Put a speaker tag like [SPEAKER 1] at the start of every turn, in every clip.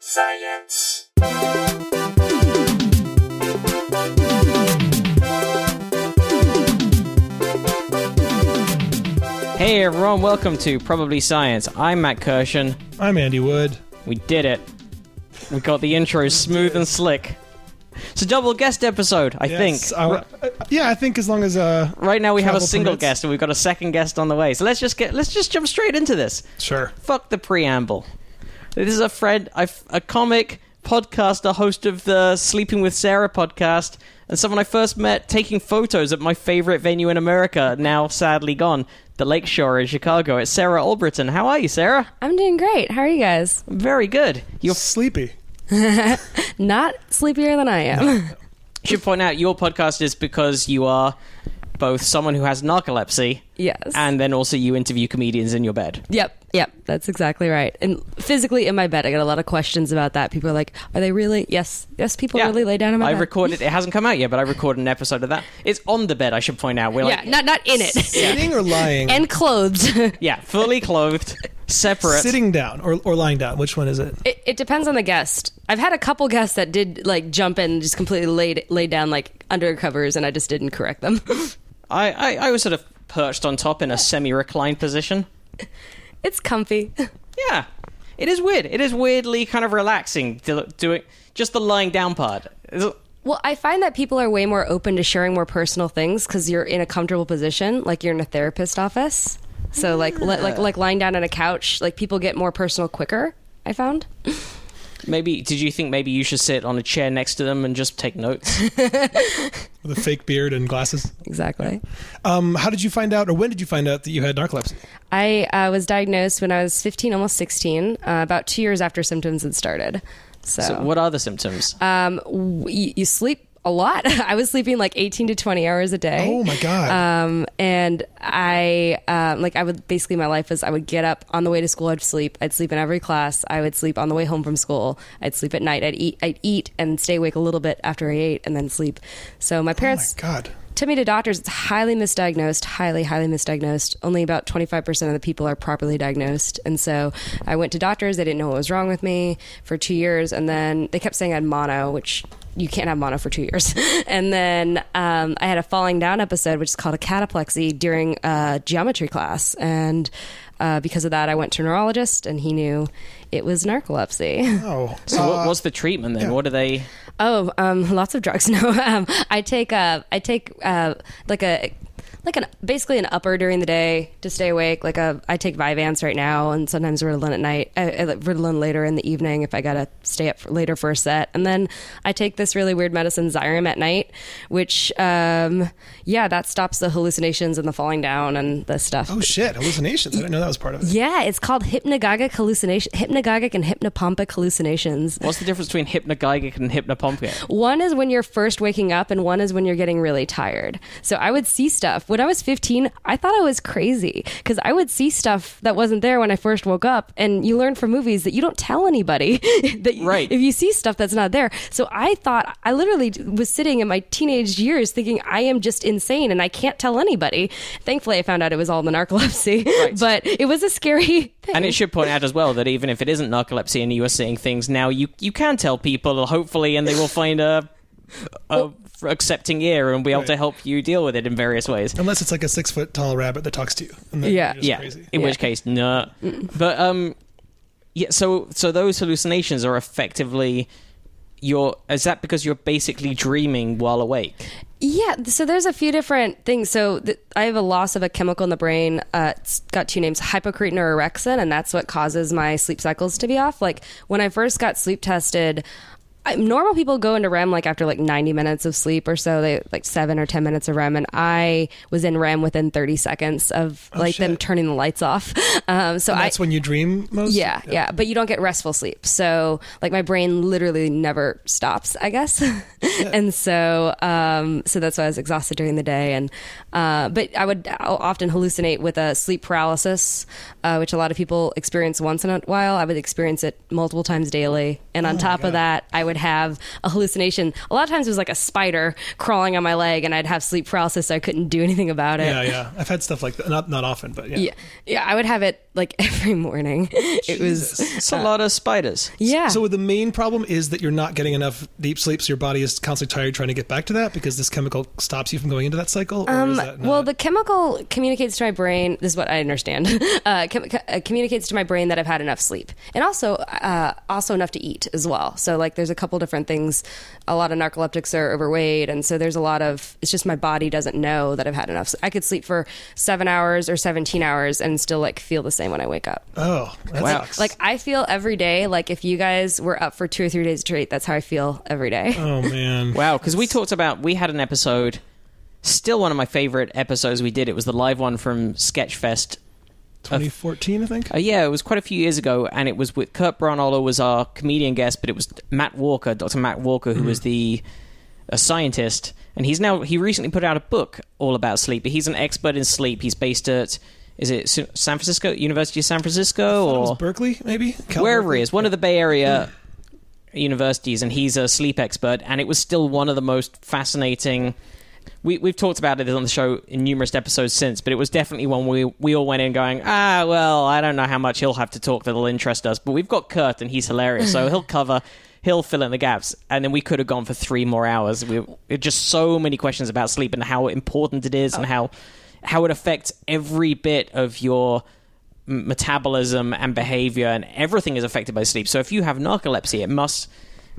[SPEAKER 1] science.
[SPEAKER 2] Hey everyone, welcome to Probably Science. I'm Matt Kirshen.
[SPEAKER 3] I'm Andy Wood.
[SPEAKER 2] We did it. We got the intro smooth and slick. It's a double guest episode, I
[SPEAKER 3] Yes,
[SPEAKER 2] think.
[SPEAKER 3] I-
[SPEAKER 2] R-
[SPEAKER 3] I- yeah, I think as long as uh,
[SPEAKER 2] right now we have a
[SPEAKER 3] travel
[SPEAKER 2] single
[SPEAKER 3] permits.
[SPEAKER 2] guest and we've got a second guest on the way. So let's just get let's just jump straight into this.
[SPEAKER 3] sure.
[SPEAKER 2] Fuck the preamble. This is a friend, a, a comic podcaster, host of the Sleeping with Sarah podcast, and someone I first met taking photos at my favorite venue in America, now sadly gone, the Lake Shore in Chicago. It's Sarah Albritton. How are you, Sarah?
[SPEAKER 4] I'm doing great. How are you guys?
[SPEAKER 2] Very good. You
[SPEAKER 3] Sleepy.
[SPEAKER 4] Not sleepier than I am.
[SPEAKER 2] should point out your podcast is because you are both someone who has narcolepsy
[SPEAKER 4] yes.
[SPEAKER 2] and then also you interview comedians in your bed.
[SPEAKER 4] yep, yep, that's exactly right. And physically in my bed, I got a lot of questions about that. People are like, "Are they really?" Yes, yes, people really lay down in my
[SPEAKER 2] I
[SPEAKER 4] bed.
[SPEAKER 2] recorded it hasn't come out yet, but I recorded an episode of that. It's on the bed, I should point out. We're
[SPEAKER 4] yeah,
[SPEAKER 2] like
[SPEAKER 4] not not in it
[SPEAKER 3] Sitting or lying?
[SPEAKER 4] and clothed.
[SPEAKER 2] Yeah, fully clothed, separate.
[SPEAKER 3] Sitting down or, or lying down. Which one is it?
[SPEAKER 4] it, it depends on the guest. I've had a couple guests that did like jump in, and just completely laid laid down like under covers, and I just didn't correct them.
[SPEAKER 2] I, I, I was sort of perched on top in a semi reclined position.
[SPEAKER 4] it's comfy.
[SPEAKER 2] Yeah. It is weird. It is weirdly kind of relaxing to do it. Just the lying down part. It's-
[SPEAKER 4] Well, I find that people are way more open to sharing more personal things because you're in a comfortable position, like you're in a therapist office. So, like, li- like, like lying down on a couch, like people get more personal quicker. I found.
[SPEAKER 2] Maybe did you think maybe you should sit on a chair next to them and just take notes?
[SPEAKER 3] With a fake beard and glasses.
[SPEAKER 4] Exactly.
[SPEAKER 3] Um, how did you find out, or when did you find out that you had narcolepsy?
[SPEAKER 4] I uh, was diagnosed when I was 15, almost 16, uh, about two years after symptoms had started. So,
[SPEAKER 2] So what are the symptoms?
[SPEAKER 4] um, w- you, you sleep a lot. I was sleeping like 18 to 20 hours a day.
[SPEAKER 3] Oh my god!
[SPEAKER 4] um, and I um, like I would basically my life was I would get up on the way to school I'd sleep I'd sleep in every class I would sleep on the way home from school I'd sleep at night I'd eat I'd eat and stay awake a little bit after I ate and then sleep so my
[SPEAKER 3] oh my
[SPEAKER 4] parents
[SPEAKER 3] god!
[SPEAKER 4] took me to doctors it's highly misdiagnosed highly highly misdiagnosed only about 25% of the people are properly diagnosed and so I went to doctors they didn't know what was wrong with me for two years and then they kept saying I had mono which you can't have mono for two years and then um, I had a falling down episode which is called a cataplexy during uh, geometry class and uh, because of that I went to a neurologist and he knew it was narcolepsy
[SPEAKER 3] Oh,
[SPEAKER 2] So what
[SPEAKER 3] Uh,
[SPEAKER 2] was the treatment then? What are they?
[SPEAKER 4] Oh, um, lots of drugs. No, um, I take uh, I take uh, like a like an basically an upper during the day to stay awake. Like a I take Vyvanse right now, and sometimes Ritalin at night. I, I, like Ritalin later in the evening if I gotta stay up for, later for a set, and then I take this really weird medicine Xyrem at night, which um, yeah, that stops the hallucinations and the falling down and the stuff.
[SPEAKER 3] oh shit! Hallucinations. I didn't know that was part of it.
[SPEAKER 4] yeah, it's called hypnagogic hallucination, hypnagogic and hypnopompic hallucinations.
[SPEAKER 2] What's the difference between hypnagogic and hypnopompic?
[SPEAKER 4] One is when you're first waking up, and one is when you're getting really tired. So I would see stuff. When I was 15, I thought I was crazy because I would see stuff that wasn't there when I first woke up. And you learn from movies that you don't tell anybody that you-
[SPEAKER 2] Right.
[SPEAKER 4] if you see stuff that's not there. So I thought, I literally was sitting in my teenage years thinking, I am just insane and I can't tell anybody. Thankfully, I found out it was all the narcolepsy, but it was a scary thing.
[SPEAKER 2] And it should point out as well that even if it isn't narcolepsy and you are seeing things now, you you can tell people hopefully, and they will find a. A accepting ear and be able to help you deal with it in various ways.
[SPEAKER 3] Unless it's like a six foot tall rabbit that talks to you. And then
[SPEAKER 4] Yeah.
[SPEAKER 3] you're just
[SPEAKER 2] yeah.
[SPEAKER 3] Crazy.
[SPEAKER 2] In
[SPEAKER 4] Yeah.
[SPEAKER 2] which case, no. But um, yeah. So so those hallucinations are effectively your. Is that because you're basically dreaming while awake?
[SPEAKER 4] Yeah, th- so there's a few different things. So th- I have a loss of a chemical in the brain. Uh, it's got two names, hypocretin or orexin, and that's what causes my sleep cycles to be off. Like when I first got sleep tested, I, normal people go into REM like after like 90 minutes of sleep or so, they like seven or 10 minutes of REM, and I was in REM within 30 seconds of like them
[SPEAKER 3] Oh, shit.
[SPEAKER 4] turning the lights off. Um, so I,
[SPEAKER 3] That's when you dream most.
[SPEAKER 4] yeah, yeah, but you don't get restful sleep. So, like, my brain literally never stops, I guess. and so, um, so that's why I was exhausted during the day. And, uh, but I would I'll often hallucinate with a sleep paralysis, uh, which a
[SPEAKER 3] Oh
[SPEAKER 4] lot of people experience once in a while. I would experience it multiple times daily. And on top of that, I would I'd have a hallucination. A lot of times it was like a spider crawling on my leg, and I'd have sleep paralysis, so I couldn't do anything about it.
[SPEAKER 3] Yeah, yeah. I've had stuff like that. Not not often, but yeah.
[SPEAKER 4] yeah, yeah. I would have it like every morning. It was
[SPEAKER 2] It's a lot of spiders.
[SPEAKER 4] yeah.
[SPEAKER 3] So the main problem is that you're not getting enough deep sleep, so your body is constantly tired trying to get back to that because this chemical stops you from going into that cycle. Or is that not-
[SPEAKER 4] well, the chemical communicates to my brain. This is what I understand. Uh, com- co- uh, communicates to my brain that I've had enough sleep, and also uh, also enough to eat as well. So, like, there's a couple different things. A lot of narcoleptics are overweight, and so there's a lot of. It's just my body doesn't know that I've had enough. s- I could sleep for seven hours or 17 hours and still like feel the same when I wake up.
[SPEAKER 3] oh, that
[SPEAKER 2] Wow.
[SPEAKER 3] sucks.
[SPEAKER 4] Like I feel every day. Like if you guys were up for two or three days straight, that's how I feel every day.
[SPEAKER 3] oh man.
[SPEAKER 2] Wow, because we talked about we had an episode, still one of my favorite episodes we did. It was the live one from Sketchfest.
[SPEAKER 3] 2014, I think.
[SPEAKER 2] Uh, yeah, it was quite a few years ago, and it was with Kurt Braunohler was our comedian guest, but it was Matt Walker, Dr. Matt Walker,
[SPEAKER 3] Mm-hmm.
[SPEAKER 2] who was the a scientist, and he's now he recently put out a book all about sleep. He's an expert in sleep. He's based at is it Su- San Francisco University of San Francisco
[SPEAKER 3] It was
[SPEAKER 2] or
[SPEAKER 3] Berkeley, maybe. Cal
[SPEAKER 2] wherever
[SPEAKER 3] Berkeley?
[SPEAKER 2] he is, one of the Bay Area universities, and he's a sleep expert, and it was still one of the most fascinating. We, we've talked about it on the show in numerous episodes since, but it was definitely one we we all went in going, ah, well, I don't know how much he'll have to talk that'll interest us, but we've got Kurt and he's hilarious, so he'll cover, he'll fill in the gaps, and then we could have gone for three more hours. We it just so many questions about sleep and how important it is, and how how it affects every bit of your m- metabolism and behavior and everything is affected by sleep. So if you have narcolepsy, it must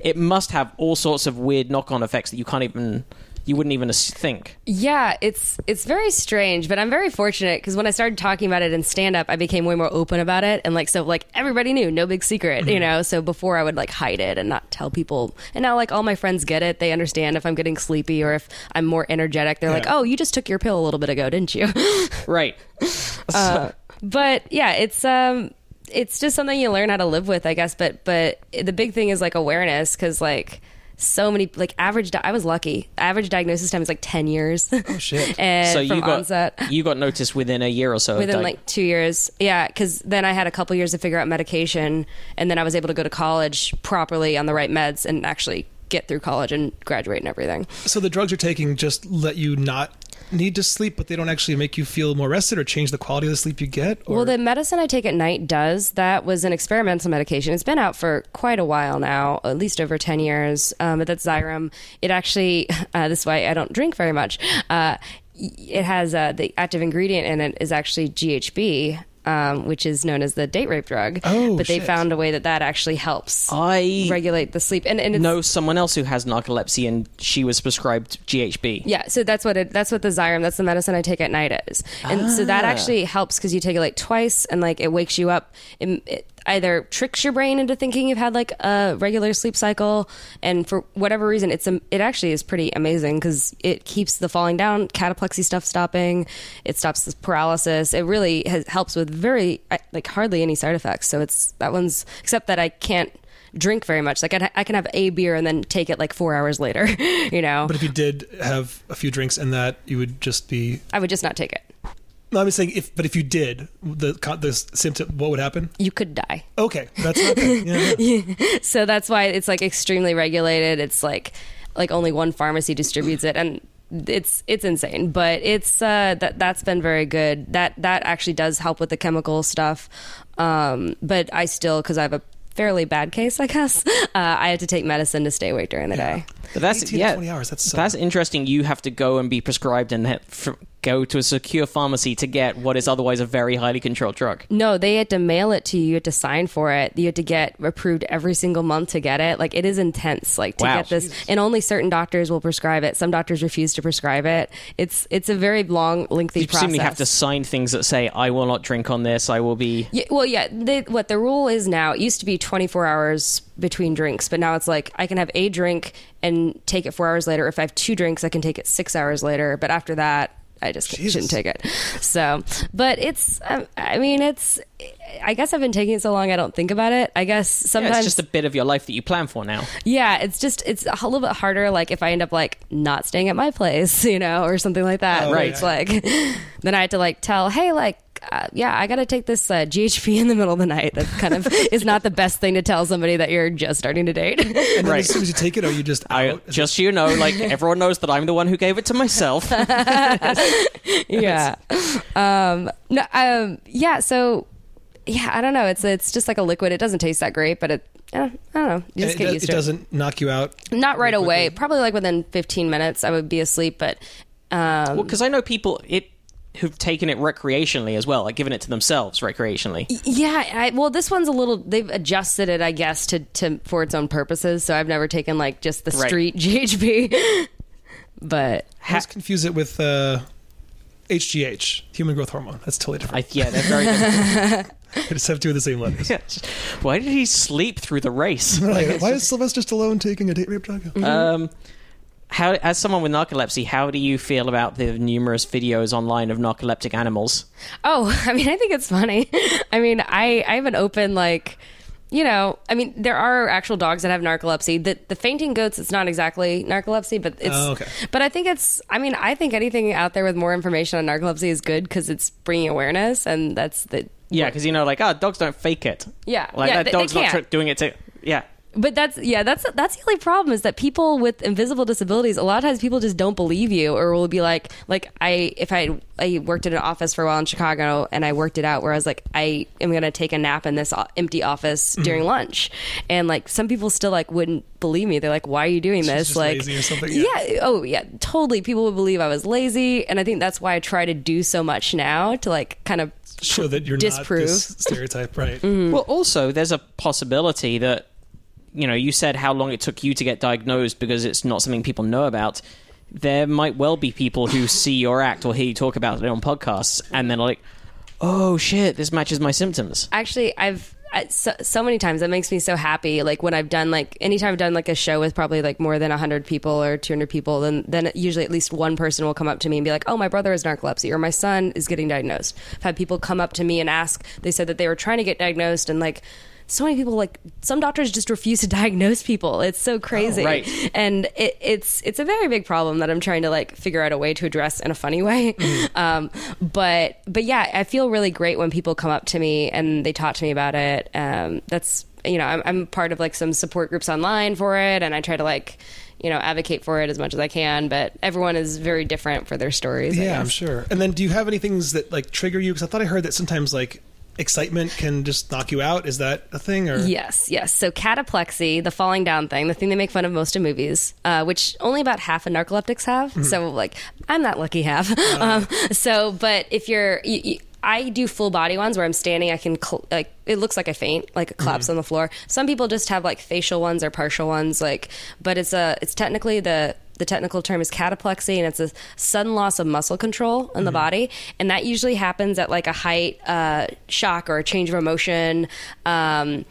[SPEAKER 2] it must have all sorts of weird knock-on effects that you can't even you wouldn't even as- think.
[SPEAKER 4] Yeah, it's it's very strange, but I'm very fortunate because when I started talking about it in stand up, I became way more open about it and like so like everybody knew, no big secret, you know. So before I would like hide it and not tell people. And now like all my friends get it. They understand if I'm getting sleepy or if I'm more energetic. They're like,
[SPEAKER 3] Yeah.
[SPEAKER 4] "Oh, you just took your pill a little bit ago, didn't you?"
[SPEAKER 2] Right.
[SPEAKER 4] Uh, but yeah, it's um it's just something you learn how to live with, I guess, but but the big thing is like awareness cuz like so many like average di- I was lucky. Average diagnosis time is like 10 years. Oh
[SPEAKER 3] shit.
[SPEAKER 4] and
[SPEAKER 2] so you
[SPEAKER 4] from
[SPEAKER 2] got
[SPEAKER 4] onset
[SPEAKER 2] you got noticed within a year or so. of
[SPEAKER 4] within
[SPEAKER 2] di-
[SPEAKER 4] like two years yeah because then i had a couple years to figure out medication and then i was able to go to college properly on the right meds and actually get through college and graduate and everything
[SPEAKER 3] So the drugs you're taking just let you not need to sleep, but they don't actually make you feel more rested or change the quality of the sleep you get. Or
[SPEAKER 4] well the medicine i take at night does that was an experimental medication it's been out for quite a while now at least over 10 years um, but that's xyrem it actually uh, this is why i don't drink very much uh, y- it has uh, the active ingredient in it is actually ghb um, which is known as the date rape drug
[SPEAKER 3] Oh,
[SPEAKER 4] but they
[SPEAKER 3] shit. Oh,
[SPEAKER 4] found a way that that actually helps
[SPEAKER 2] I
[SPEAKER 4] regulate the sleep and, and it's,
[SPEAKER 2] know someone else who has narcolepsy and she was prescribed GHB.
[SPEAKER 4] yeah so that's what it that's what the xyrem that's the medicine i take at night is and so that
[SPEAKER 3] Ah.
[SPEAKER 4] actually helps because you take it like twice and like it wakes you up it, it either tricks your brain into thinking you've had like a regular sleep cycle and for whatever reason it's a, it actually is pretty amazing because it keeps the falling down cataplexy stuff stopping it stops the paralysis it really has, helps with very I- like hardly any side effects so it's that one's except that i can't drink very much like I, I can have a beer and then take it like four hours later you know
[SPEAKER 3] but if you did have a few drinks and that, you would just be.
[SPEAKER 4] I would just not take it.
[SPEAKER 3] No, I'm just saying if. But if you did, the co- the symptom, what would happen?
[SPEAKER 4] You could die.
[SPEAKER 3] Okay, that's not good. Yeah, yeah.
[SPEAKER 4] So that's why it's like extremely regulated. It's like like only one pharmacy distributes it and it's it's insane, but it's uh that that's been very good. That that actually does help with the chemical stuff. Um but I still cuz I have a fairly bad case, I guess. Uh, I have to take medicine to stay awake during the day.
[SPEAKER 2] But that's
[SPEAKER 3] 18 to
[SPEAKER 2] yeah,
[SPEAKER 3] 20 hours, that's so-
[SPEAKER 2] that's interesting. You have to go and be prescribed and ha- fr- go to a secure pharmacy to get what is otherwise a very highly controlled drug.
[SPEAKER 4] No, they had to mail it to you. You had to sign for it. You had to get approved every single month to get it. Like it is intense. Like to
[SPEAKER 2] Wow.
[SPEAKER 4] get this, and only certain doctors will prescribe it. Some doctors refuse to prescribe it. It's it's a very long, lengthy
[SPEAKER 2] You
[SPEAKER 4] process.
[SPEAKER 2] presumably have to sign things that say, "I will not drink on this. I will be."
[SPEAKER 4] Yeah, well, yeah. They, what the rule is now, it used to be 24 hours between drinks, but now it's like I can have a drink and take it four hours later. If I have two drinks, I can take it six hours later. But after that, I just shouldn't take it. So, but it's, um, I mean, it's, I guess I've been taking it so long, I don't think about it. I guess
[SPEAKER 2] Yeah,
[SPEAKER 4] sometimes,
[SPEAKER 2] it's just a bit of your life that you plan for now.
[SPEAKER 4] yeah, it's just, it's a little bit harder. Like if I end up like not staying at my place, you know, or something like that,
[SPEAKER 3] Oh,
[SPEAKER 4] where
[SPEAKER 3] right.
[SPEAKER 4] it's like, then I have to like tell, hey, like, uh, yeah, I got to take this uh, GHB in the middle of the night. That kind of is not the best thing to tell somebody that you're just starting to date.
[SPEAKER 3] And then
[SPEAKER 2] Right.
[SPEAKER 3] as soon as you take it, are you just out?
[SPEAKER 2] I,
[SPEAKER 3] Is
[SPEAKER 2] just so you know, like everyone knows that I'm the one who gave it to myself.
[SPEAKER 4] yeah. Um, no, um, yeah. So, yeah, I don't know. It's it's just like a liquid. It doesn't taste that great, but it. I don't, I don't know. You
[SPEAKER 3] it,
[SPEAKER 4] just
[SPEAKER 3] it,
[SPEAKER 4] get
[SPEAKER 3] does-
[SPEAKER 4] used
[SPEAKER 3] it
[SPEAKER 4] to it.
[SPEAKER 3] doesn't knock you out.
[SPEAKER 4] Not right
[SPEAKER 3] Really
[SPEAKER 4] away.
[SPEAKER 3] quickly.
[SPEAKER 4] Probably like within 15 minutes, I would be asleep. But um,
[SPEAKER 2] well, because I know people it who've taken it recreationally as well, like given it to themselves recreationally.
[SPEAKER 4] yeah, I, well, this one's a little. They've adjusted it, I guess, to, to for its own purposes. So I've never taken like just the
[SPEAKER 2] Right.
[SPEAKER 4] street GHB. but
[SPEAKER 3] I always confuse it with uh, HGH, human growth hormone. That's totally different.
[SPEAKER 2] I, yeah, they're very. different.
[SPEAKER 3] I just have two of the same letters.
[SPEAKER 2] Yeah, just- Why did he sleep through the race?
[SPEAKER 3] Right. Why is Sylvester Stallone taking a date rape drug?
[SPEAKER 4] Mm-hmm.
[SPEAKER 2] Um, how, as someone with narcolepsy, how do you feel about the numerous videos online of narcoleptic animals?
[SPEAKER 4] Oh, I mean, I think it's funny. I mean, I, I have an open, like, you know, I mean, there are actual dogs that have narcolepsy. The, the fainting goats, it's not exactly narcolepsy, but it's.
[SPEAKER 3] Oh, okay.
[SPEAKER 4] But I think it's, I mean, I think anything out there with more information on narcolepsy is good because it's bringing awareness, and that's the.
[SPEAKER 2] Yeah, because you know, like, oh, dogs don't fake it.
[SPEAKER 4] Yeah,
[SPEAKER 2] like that
[SPEAKER 4] yeah, they- they
[SPEAKER 2] dog's not
[SPEAKER 4] can't.
[SPEAKER 2] tr- doing it to. Yeah,
[SPEAKER 4] But that's yeah, that's that's the only problem is that people with invisible disabilities, a lot of times people just don't believe you or will be like like I if I I worked in an office for a while in Chicago and I worked it out where I was like I am going to take a nap in this o- empty office
[SPEAKER 3] Mm-hmm.
[SPEAKER 4] during lunch. And like some people still like wouldn't believe me. They're like why are you doing this?
[SPEAKER 3] just
[SPEAKER 4] like
[SPEAKER 3] lazy or something, yeah.
[SPEAKER 4] Yeah, I- oh yeah totally people would believe i was lazy and i think that's why i try to do so much now to like kind of
[SPEAKER 3] Show that you're
[SPEAKER 4] Disprove.
[SPEAKER 3] not
[SPEAKER 4] Mm-hmm.
[SPEAKER 3] this stereotype, right?
[SPEAKER 2] Well, also, there's a possibility that, you know, you said how long it took you to get diagnosed because it's not something people know about. There might well be people who see your act or hear you talk about it on podcasts and then are like, oh shit, this matches my symptoms.
[SPEAKER 4] actually i've I- so, so many times that makes me so happy like when i've done like anytime i've done like a show with probably like more than 100 people or 200 people then then usually at least one person will come up to me and be like oh my brother has narcolepsy or my son is getting diagnosed i've had people come up to me and ask they said that they were trying to get diagnosed and like so many people like some doctors just refuse to diagnose people it's so crazy
[SPEAKER 2] right.
[SPEAKER 4] and it, it's it's a very big problem that I'm trying to like figure out a way to address in a funny way.
[SPEAKER 3] Mm-hmm.
[SPEAKER 4] Um, but but yeah, I feel really great when people come up to me and they talk to me about it. Um, that's you know I'm, I'm part of like some support groups online for it, and I try to like you know advocate for it as much as I can. But everyone is very different for their stories. I
[SPEAKER 3] Yeah, I'm
[SPEAKER 4] guess.
[SPEAKER 3] sure. And then, do you have any things that like trigger you? Because I thought I heard that sometimes like excitement can just knock you out. Is that a thing? Or
[SPEAKER 4] Yes, yes. So cataplexy, the falling down thing, the thing they make fun of most in movies, uh, which only about half of narcoleptics have. So like, I'm that lucky half. Um, so, but if you're, you, you, I do full body ones where I'm standing. I can cl- like it looks like I faint, like a collapse on the floor. Some people just have like facial ones or partial ones, like. But it's a it's technically the the technical term is cataplexy and it's a sudden loss of muscle control in the body and that usually happens at like a height uh, shock or a change of emotion um,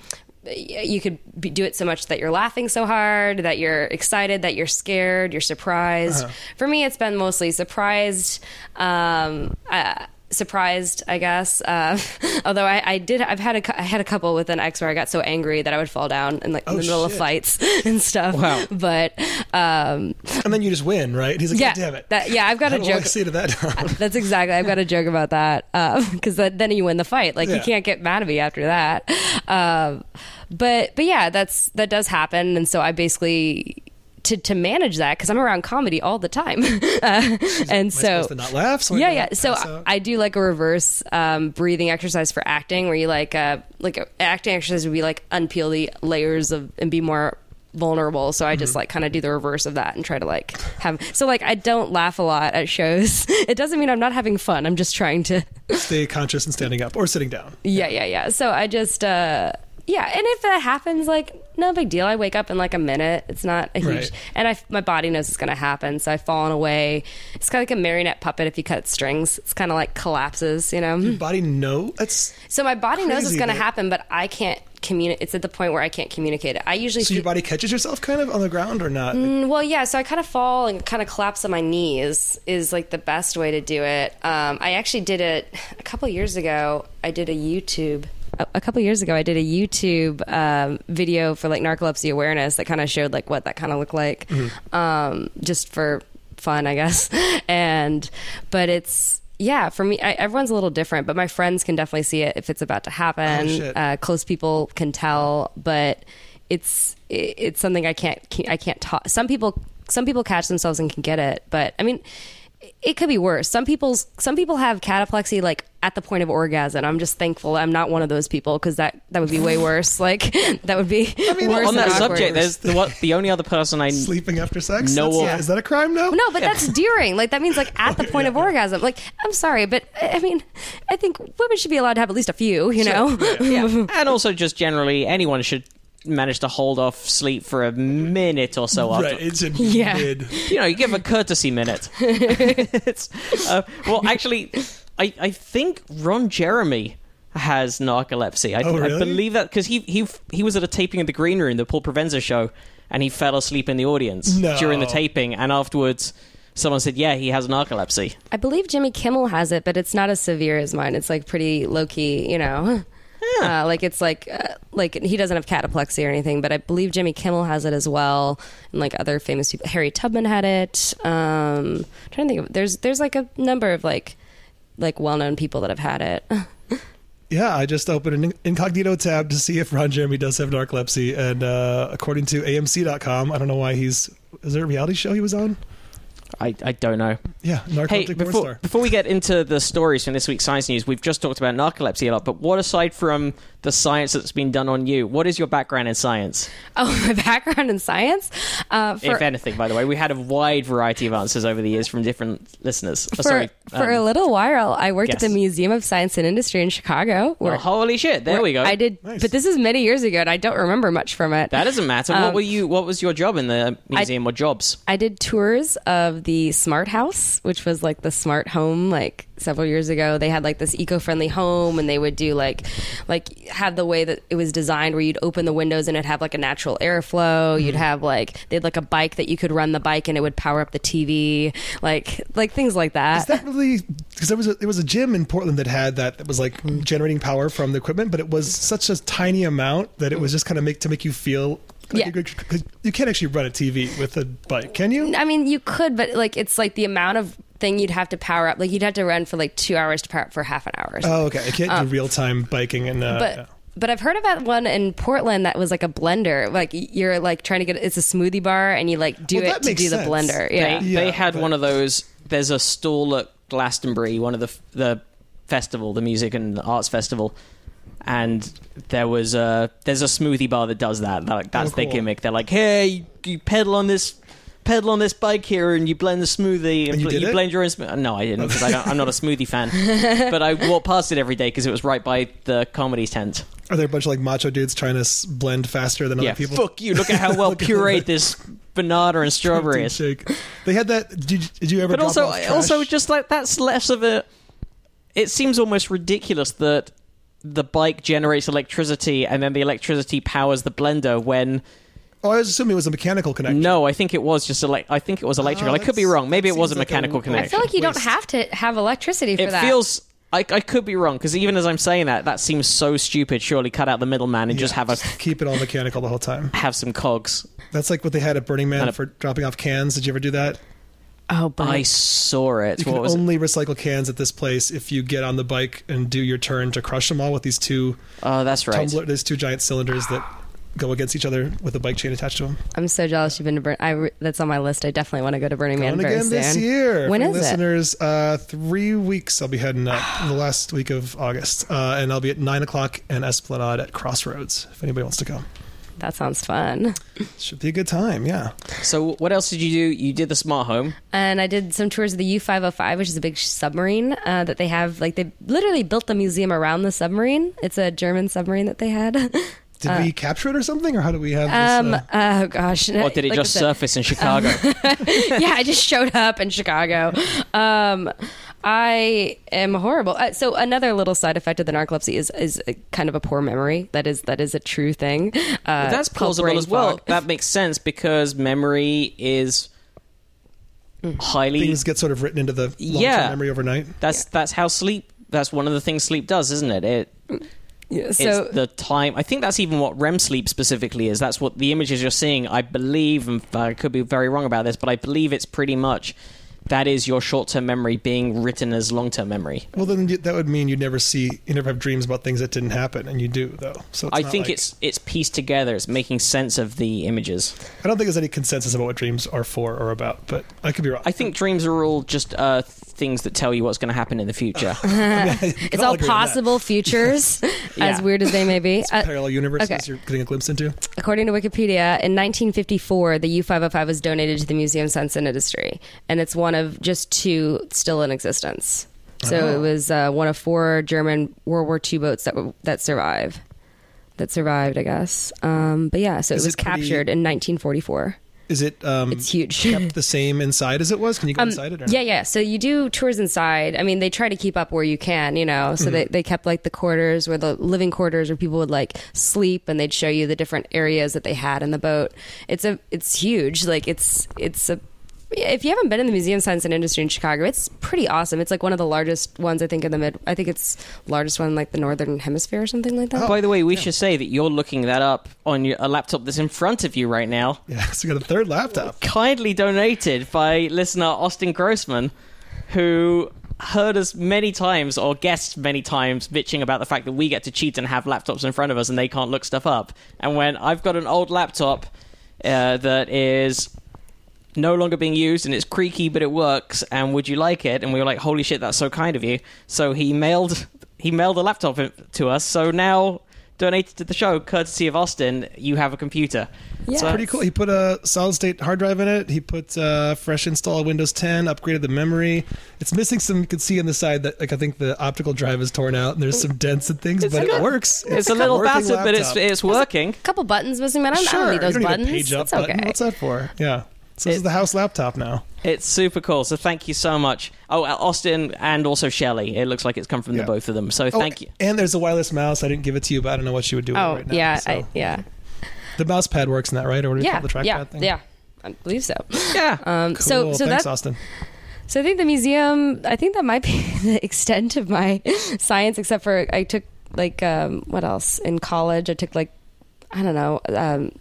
[SPEAKER 4] y- you could be, do it so much that you're laughing so hard that you're excited that you're scared you're surprised
[SPEAKER 3] Uh-huh.
[SPEAKER 4] for me it's been mostly surprised um, uh, surprised i guess uh, although I, I did i've had a, cou- I had a couple with an ex where i got so angry that i would fall down in like in the middle of
[SPEAKER 3] Oh, shit.
[SPEAKER 4] fights and stuff
[SPEAKER 2] Wow.
[SPEAKER 4] but um,
[SPEAKER 3] and then you just win, right? He's like,
[SPEAKER 4] yeah,
[SPEAKER 3] God damn it!
[SPEAKER 4] that- yeah, I've got
[SPEAKER 3] How
[SPEAKER 4] a
[SPEAKER 3] do I
[SPEAKER 4] joke.
[SPEAKER 3] say to that? now?
[SPEAKER 4] That's exactly. I've got a joke about that because then you win the fight. Like
[SPEAKER 3] Yeah.
[SPEAKER 4] you can't get mad at me after that. Um, but but yeah, that's that does happen, and so I basically. To, to manage that because I'm around comedy all the time, uh, and
[SPEAKER 3] Am I
[SPEAKER 4] so
[SPEAKER 3] supposed to not laugh? So I
[SPEAKER 4] yeah,
[SPEAKER 3] don't
[SPEAKER 4] yeah. So uh,
[SPEAKER 3] pass
[SPEAKER 4] I-
[SPEAKER 3] out?
[SPEAKER 4] I do like a reverse um, breathing exercise for acting, where you like uh, like a acting exercise would be like unpeel the layers of and be more vulnerable. So I just like kind of do the reverse of that and try to like have. So like I don't laugh a lot at shows. It doesn't mean I'm not having fun. I'm just trying to.
[SPEAKER 3] stay conscious and standing up or sitting down.
[SPEAKER 4] Yeah, yeah, yeah. So I just. uh yeah, and if that happens, like no big deal. I wake up in like a minute. It's not a huge,
[SPEAKER 3] Right.
[SPEAKER 4] and I my body knows it's going to happen. So I've fallen away. It's kind of like a marionette puppet. If you cut strings, it's kind of like collapses. You know,
[SPEAKER 3] Body, no. That's
[SPEAKER 4] So my body knows it's
[SPEAKER 3] Crazy
[SPEAKER 4] going to
[SPEAKER 3] that-
[SPEAKER 4] happen, but I can't communicate. It's at the point where I can't communicate it. I usually
[SPEAKER 3] so your
[SPEAKER 4] fe-
[SPEAKER 3] body catches yourself kind of on the ground or not?
[SPEAKER 4] well, yeah. So I kind of fall and kind of collapse on my knees is like the best way to do it. Um, I actually did it a couple years ago. I did a YouTube. a- A couple years ago, I did a YouTube um, video for like narcolepsy awareness that kind of showed like what that kind of looked like,
[SPEAKER 3] Mm-hmm.
[SPEAKER 4] um, just for fun, I guess. And but it's yeah, for me, I, everyone's a little different, but my friends can definitely see it if it's about to happen.
[SPEAKER 3] Oh, shit.
[SPEAKER 4] uh, close people can tell, but it's it, it's something I can't can't- I can't talk. Some people some people catch themselves and can get it, but I mean, it could be worse. Some people's some people have cataplexy like at the point of orgasm. I'm just thankful I'm not one of those people because that that would be way worse. Like that would be worse
[SPEAKER 2] on
[SPEAKER 4] than
[SPEAKER 2] that
[SPEAKER 4] awkward.
[SPEAKER 2] subject, there's the, what, the only other person I
[SPEAKER 3] Sleeping after sex?
[SPEAKER 2] No
[SPEAKER 3] That's-
[SPEAKER 2] one-
[SPEAKER 3] yeah, Is that a crime now?
[SPEAKER 4] No, but that's during. Like that means like at the point of orgasm. Like I'm sorry, but I I mean, I think women should be allowed to have at least a few. You know,
[SPEAKER 2] and also just generally anyone should manage to hold off sleep for a minute or so after
[SPEAKER 3] Right. It's a
[SPEAKER 4] Yeah.
[SPEAKER 3] mid.
[SPEAKER 2] you know, you give a courtesy minute. it's, uh, well, actually, I, I think Ron Jeremy has narcolepsy. I,
[SPEAKER 3] Oh,
[SPEAKER 2] I
[SPEAKER 3] really?
[SPEAKER 2] believe that because he he he was at a taping of the Green Room, the Paul Provenza show, and he fell asleep in the audience
[SPEAKER 3] No.
[SPEAKER 2] during the taping, and afterwards. Someone said, "Yeah, he has narcolepsy."
[SPEAKER 4] I believe Jimmy Kimmel has it, but it's not as severe as mine. It's like pretty low key. You know, uh, like it's like uh, like he doesn't have cataplexy or anything, but I believe Jimmy Kimmel has it as well, and like other famous people. Harry Tubman had it. Um, I'm trying to think of there's there's like a number of like like well known people that have had it.
[SPEAKER 3] Yeah, I just opened an incognito tab to see if Ron Jeremy does have narcolepsy, and uh, according to AMC.com, I don't know why he's. Is there a reality show he was on?
[SPEAKER 2] I, I don't know.
[SPEAKER 3] Yeah, narcoleptic
[SPEAKER 2] Hey,
[SPEAKER 3] porn
[SPEAKER 2] before,
[SPEAKER 3] star.
[SPEAKER 2] before we get into the stories from this week's science news, we've just talked about narcolepsy a lot. But what aside from the science that's been done on you, what is your background in science?
[SPEAKER 4] Oh, my background in science. Uh, for,
[SPEAKER 2] if anything, by the way. We had a wide variety of answers over the years from different listeners. Oh,
[SPEAKER 4] for,
[SPEAKER 2] sorry.
[SPEAKER 4] for a
[SPEAKER 2] um,
[SPEAKER 4] little while, I worked
[SPEAKER 2] yes.
[SPEAKER 4] at the Museum of Science and Industry in Chicago. Where,
[SPEAKER 2] well, holy shit! There
[SPEAKER 4] where
[SPEAKER 2] we go.
[SPEAKER 4] I did,
[SPEAKER 3] Nice.
[SPEAKER 4] but this is many years ago, and I don't remember much from it.
[SPEAKER 2] That doesn't matter. what
[SPEAKER 4] Um,
[SPEAKER 2] were you? What was your job in the museum or jobs?
[SPEAKER 4] I did tours of the Smart House, which was like the smart home like several years ago. They had like this eco-friendly home and they would do like like have the way that it was designed where you'd open the windows and it'd have like a natural airflow.
[SPEAKER 3] Mm-hmm.
[SPEAKER 4] You'd have like they had like a bike that you could run the bike and it would power up the TV. Like like things like that.
[SPEAKER 3] Is that really because there was a, there was a gym in Portland that had that that was like generating power from the equipment, but it was such a tiny amount that it was just kind of make to make you feel. Like
[SPEAKER 4] Yeah.
[SPEAKER 3] you're- 'cause you can't actually run a TV with a bike, can you?
[SPEAKER 4] I mean, you could, but like it's like the amount of thing you'd have to power up. Like you'd have to run for like two hours to power up for half an hour. or something.
[SPEAKER 3] Oh, okay. I
[SPEAKER 2] Uh,
[SPEAKER 3] can't do real time biking and. Uh,
[SPEAKER 4] but
[SPEAKER 3] no.
[SPEAKER 4] but I've heard about one in Portland that was like a blender. Like you're like trying to get it's a smoothie bar and you like do
[SPEAKER 3] Well,
[SPEAKER 4] it
[SPEAKER 3] that
[SPEAKER 4] to
[SPEAKER 3] makes
[SPEAKER 4] do the
[SPEAKER 3] sense.
[SPEAKER 4] blender. Yeah.
[SPEAKER 2] They,
[SPEAKER 3] Yeah,
[SPEAKER 2] they had
[SPEAKER 3] but-
[SPEAKER 2] one of those. There's a stall at Glastonbury, one of the the festival, the music and arts festival, and there was a there's a smoothie bar that does that. They're Like that's
[SPEAKER 3] Oh,
[SPEAKER 2] their
[SPEAKER 3] cool.
[SPEAKER 2] gimmick. They're like, hey, you, you pedal on this. Pedal on this bike here, and you blend the smoothie, and,
[SPEAKER 3] And you
[SPEAKER 2] bl-
[SPEAKER 3] did it?
[SPEAKER 2] blend your own. Sm- no, I didn't because I'm not a smoothie fan. but I walked past it every day because it was right by the comedy tent.
[SPEAKER 3] Are there a bunch of like macho dudes trying to s- blend faster than
[SPEAKER 2] Yeah,
[SPEAKER 3] other people?
[SPEAKER 2] fuck you! Look at how well pureed this banana and strawberry
[SPEAKER 3] Protein
[SPEAKER 2] is.
[SPEAKER 3] shake. They had that. Did you, did you ever?
[SPEAKER 2] but
[SPEAKER 3] drop
[SPEAKER 2] also
[SPEAKER 3] off trash?
[SPEAKER 2] also just like that's less of a it seems almost ridiculous that the bike generates electricity and then the electricity powers the blender when
[SPEAKER 3] Oh, I was assuming it was a mechanical connection.
[SPEAKER 2] no i think it was just elec i think it was electrical i could be
[SPEAKER 3] Oh, that's-
[SPEAKER 2] wrong maybe
[SPEAKER 3] that
[SPEAKER 2] it was a
[SPEAKER 3] seems like a-
[SPEAKER 2] mechanical
[SPEAKER 3] I feel
[SPEAKER 4] I feel
[SPEAKER 2] connection
[SPEAKER 4] like you don't
[SPEAKER 3] Waste.
[SPEAKER 4] have to have electricity for
[SPEAKER 2] it
[SPEAKER 4] that.
[SPEAKER 2] feels I, I could be wrong because even as i'm saying that that seems so stupid surely cut out the middleman and just have a
[SPEAKER 3] Keep it all mechanical the whole time.
[SPEAKER 2] have some cogs
[SPEAKER 3] That's like what they had at Burning Man
[SPEAKER 2] a-
[SPEAKER 3] for dropping off cans. Did you ever do that?
[SPEAKER 4] oh, but
[SPEAKER 2] i saw it
[SPEAKER 3] You
[SPEAKER 2] what
[SPEAKER 3] can
[SPEAKER 2] was it?
[SPEAKER 3] only recycle cans at this place if you get on the bike and do your turn to crush them all with these two
[SPEAKER 2] oh that's right
[SPEAKER 3] tumbler, these two giant cylinders that go against each other with a bike chain attached to them.
[SPEAKER 4] I'm so jealous you've been to Burn. I re- that's on my list. I definitely want to go to Burning Man
[SPEAKER 3] And
[SPEAKER 4] very
[SPEAKER 3] again
[SPEAKER 4] soon.
[SPEAKER 3] this year.
[SPEAKER 4] When
[SPEAKER 3] for
[SPEAKER 4] is it?
[SPEAKER 3] listeners, Uh, three weeks I'll be heading up the last week of August, uh, and I'll be at nine o'clock and Esplanade at Crossroads. If anybody wants to come,
[SPEAKER 4] That sounds fun.
[SPEAKER 3] should be a good time. Yeah.
[SPEAKER 2] so what else did you do you did the smart home
[SPEAKER 4] and I did some tours of the U five hundred five, which is a big submarine uh, that they have. Like they literally built the museum around the submarine. It's a German submarine that they had.
[SPEAKER 3] Did we capture it or something, or how do we have
[SPEAKER 4] Uh, Um,
[SPEAKER 3] this? uh,
[SPEAKER 4] oh gosh!
[SPEAKER 2] or did it
[SPEAKER 4] Like I
[SPEAKER 2] just
[SPEAKER 4] said-
[SPEAKER 2] surface in chicago
[SPEAKER 3] um,
[SPEAKER 4] yeah, I just showed up in Chicago. Um, I am horrible. Uh, so another little side effect of the narcolepsy is is a, kind of a poor memory. That is that is a true thing. Uh,
[SPEAKER 2] that's
[SPEAKER 4] called
[SPEAKER 2] plausible
[SPEAKER 4] brain
[SPEAKER 2] as well.
[SPEAKER 4] fog.
[SPEAKER 2] That makes sense because memory is highly.
[SPEAKER 3] things get sort of written into the long-term
[SPEAKER 2] Yeah.
[SPEAKER 3] memory overnight.
[SPEAKER 2] that's that's how sleep. That's one of the things sleep does, isn't it? It
[SPEAKER 4] Yeah,
[SPEAKER 2] it's
[SPEAKER 4] so
[SPEAKER 2] the time. I think that's even what REM sleep specifically is. That's what the images you're seeing. I believe, and I could be very wrong about this, but I believe it's pretty much that is your short-term memory being written as long-term memory.
[SPEAKER 3] Well, then you- that would mean you never see, you never have dreams about things that didn't happen, and you do though. So it's
[SPEAKER 2] I
[SPEAKER 3] not
[SPEAKER 2] think
[SPEAKER 3] like-
[SPEAKER 2] it's it's pieced together. It's making sense of the images.
[SPEAKER 3] I don't think there's any consensus about what dreams are for or about, but I could be wrong.
[SPEAKER 2] I think dreams are all just uh, things that tell you what's going to happen in the future.
[SPEAKER 4] It's all possible futures, as
[SPEAKER 2] Yeah.
[SPEAKER 4] weird as they may be. Uh,
[SPEAKER 3] parallel universes
[SPEAKER 4] okay.
[SPEAKER 3] you're getting a glimpse into.
[SPEAKER 4] according to Wikipedia, in 1954, the U505 was donated to the museum science and industry, and it's one of just two still in existence. So
[SPEAKER 3] Oh.
[SPEAKER 4] it was uh, one of four German World War II boats that were, that survive, that survived, I guess. Um, but yeah, so it
[SPEAKER 3] Is
[SPEAKER 4] was
[SPEAKER 3] it pretty-
[SPEAKER 4] captured in 1944.
[SPEAKER 3] Is it um,
[SPEAKER 4] It's huge.
[SPEAKER 3] kept the same inside as it was? Can you go
[SPEAKER 4] Um,
[SPEAKER 3] inside it? Or
[SPEAKER 4] yeah, yeah. So you do tours inside. I mean, they try to keep up where you can, you know.
[SPEAKER 3] Mm-hmm.
[SPEAKER 4] So they, they kept like the quarters where the living quarters where people would like sleep, and they'd show you the different areas that they had in the boat. It's a it's huge. Like it's it's a if you haven't been in the Museum of Science and Industry in Chicago, it's pretty awesome. It's like one of the largest ones I think in the mid. I think it's largest one in, like the northern hemisphere or something like that.
[SPEAKER 3] Oh.
[SPEAKER 2] By the way, we should say that you're looking that up on your, a laptop that's in front of you right now.
[SPEAKER 3] Yeah, so you got a third laptop.
[SPEAKER 2] kindly donated by listener Austin Grossman, who heard us many times or guessed many times bitching about the fact that we get to cheat and have laptops in front of us and they can't look stuff up. And when I've got an old laptop uh, that is no longer being used and it's creaky but it works and would you like it and we were like holy shit that's so kind of you so he mailed he mailed a laptop in- to us so now donated to the show courtesy of austin you have a computer
[SPEAKER 4] Yeah.
[SPEAKER 2] So-
[SPEAKER 3] Pretty cool. He put a solid state hard drive in it. He put uh, fresh install Windows 10, upgraded the memory. It's missing some. You can see on the side that like I think the optical drive is torn out and there's some dents and things, but
[SPEAKER 2] like
[SPEAKER 3] it
[SPEAKER 2] a-
[SPEAKER 3] works.
[SPEAKER 2] It's, a little
[SPEAKER 3] working
[SPEAKER 2] battered, but it's
[SPEAKER 3] laptop.
[SPEAKER 2] it's working.
[SPEAKER 4] A couple buttons missing, but I don't, I don't
[SPEAKER 3] sure.
[SPEAKER 4] need those
[SPEAKER 3] you don't
[SPEAKER 4] buttons.
[SPEAKER 3] Need a page up
[SPEAKER 4] it's okay.
[SPEAKER 3] button. What's that for? Yeah. So this
[SPEAKER 2] It-
[SPEAKER 3] is the house laptop now.
[SPEAKER 2] It's super cool. So thank you so much. Oh, uh, Austin and also Shelley. It looks like it's come from
[SPEAKER 3] Yeah.
[SPEAKER 2] the both of them. So
[SPEAKER 3] Oh,
[SPEAKER 2] thank you.
[SPEAKER 3] And there's a wireless mouse. I didn't give it to you, but I don't know what you would do with
[SPEAKER 4] Oh
[SPEAKER 3] it right now.
[SPEAKER 4] yeah,
[SPEAKER 3] So.
[SPEAKER 4] I, yeah,
[SPEAKER 3] The mouse pad works in that, right? Or what do we
[SPEAKER 4] yeah,
[SPEAKER 3] call the trackpad
[SPEAKER 4] yeah,
[SPEAKER 3] thing?
[SPEAKER 4] yeah. I believe so.
[SPEAKER 2] Yeah.
[SPEAKER 4] Um,
[SPEAKER 3] Cool.
[SPEAKER 4] So, so
[SPEAKER 3] Thanks,
[SPEAKER 4] that,
[SPEAKER 3] Austin.
[SPEAKER 4] so I think the museum. I think that might be the extent of my science, except for I took like um, what else in college. I took like I don't know um,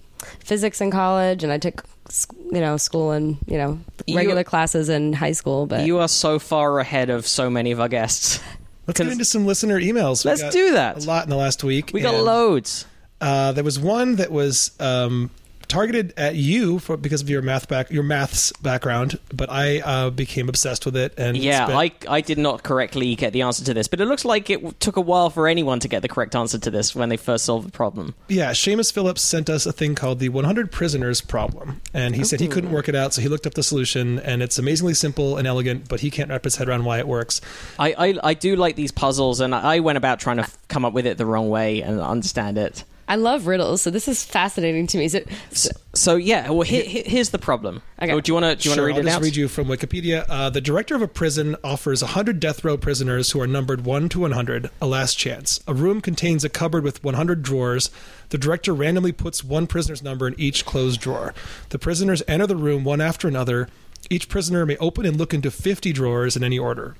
[SPEAKER 4] physics in college, and I took s- you know school and you know
[SPEAKER 2] You-
[SPEAKER 4] regular classes in high school. But
[SPEAKER 2] you are so far ahead of so many of our guests.
[SPEAKER 3] Let's get into some listener emails. We
[SPEAKER 2] Let's
[SPEAKER 3] got
[SPEAKER 2] do that.
[SPEAKER 3] A lot in the last week.
[SPEAKER 2] We got
[SPEAKER 3] and,
[SPEAKER 2] loads.
[SPEAKER 3] Uh, there was one that was um, targeted at you for because of your math back your maths background, but I uh, became obsessed with it and
[SPEAKER 2] Yeah,
[SPEAKER 3] spent-
[SPEAKER 2] I, I did not correctly get the answer to this, but it looks like it w- took a while for anyone to get the correct answer to this when they first solved the problem.
[SPEAKER 3] yeah, Seamus Phillips sent us a thing called the 100 prisoners problem, and he said he couldn't work it out, so he looked up the solution, and it's amazingly simple and elegant, but he can't wrap his head around why it works.
[SPEAKER 2] I, I, I do like these puzzles, and I went about trying to f- come up with it the wrong way and understand it.
[SPEAKER 4] I love riddles, so this is fascinating to me. So, so-
[SPEAKER 2] So yeah, well he, he- here's the problem.
[SPEAKER 4] Okay.
[SPEAKER 2] Oh, do you want to do you want to
[SPEAKER 3] Sure, I'll
[SPEAKER 2] read it
[SPEAKER 3] just
[SPEAKER 2] out?
[SPEAKER 3] read you from Wikipedia. Uh, the director of a prison offers 100 death row prisoners who are numbered 1 to 100 a last chance. A room contains a cupboard with 100 drawers. The director randomly puts one prisoner's number in each closed drawer. The prisoners enter the room one after another. Each prisoner may open and look into 50 drawers in any order.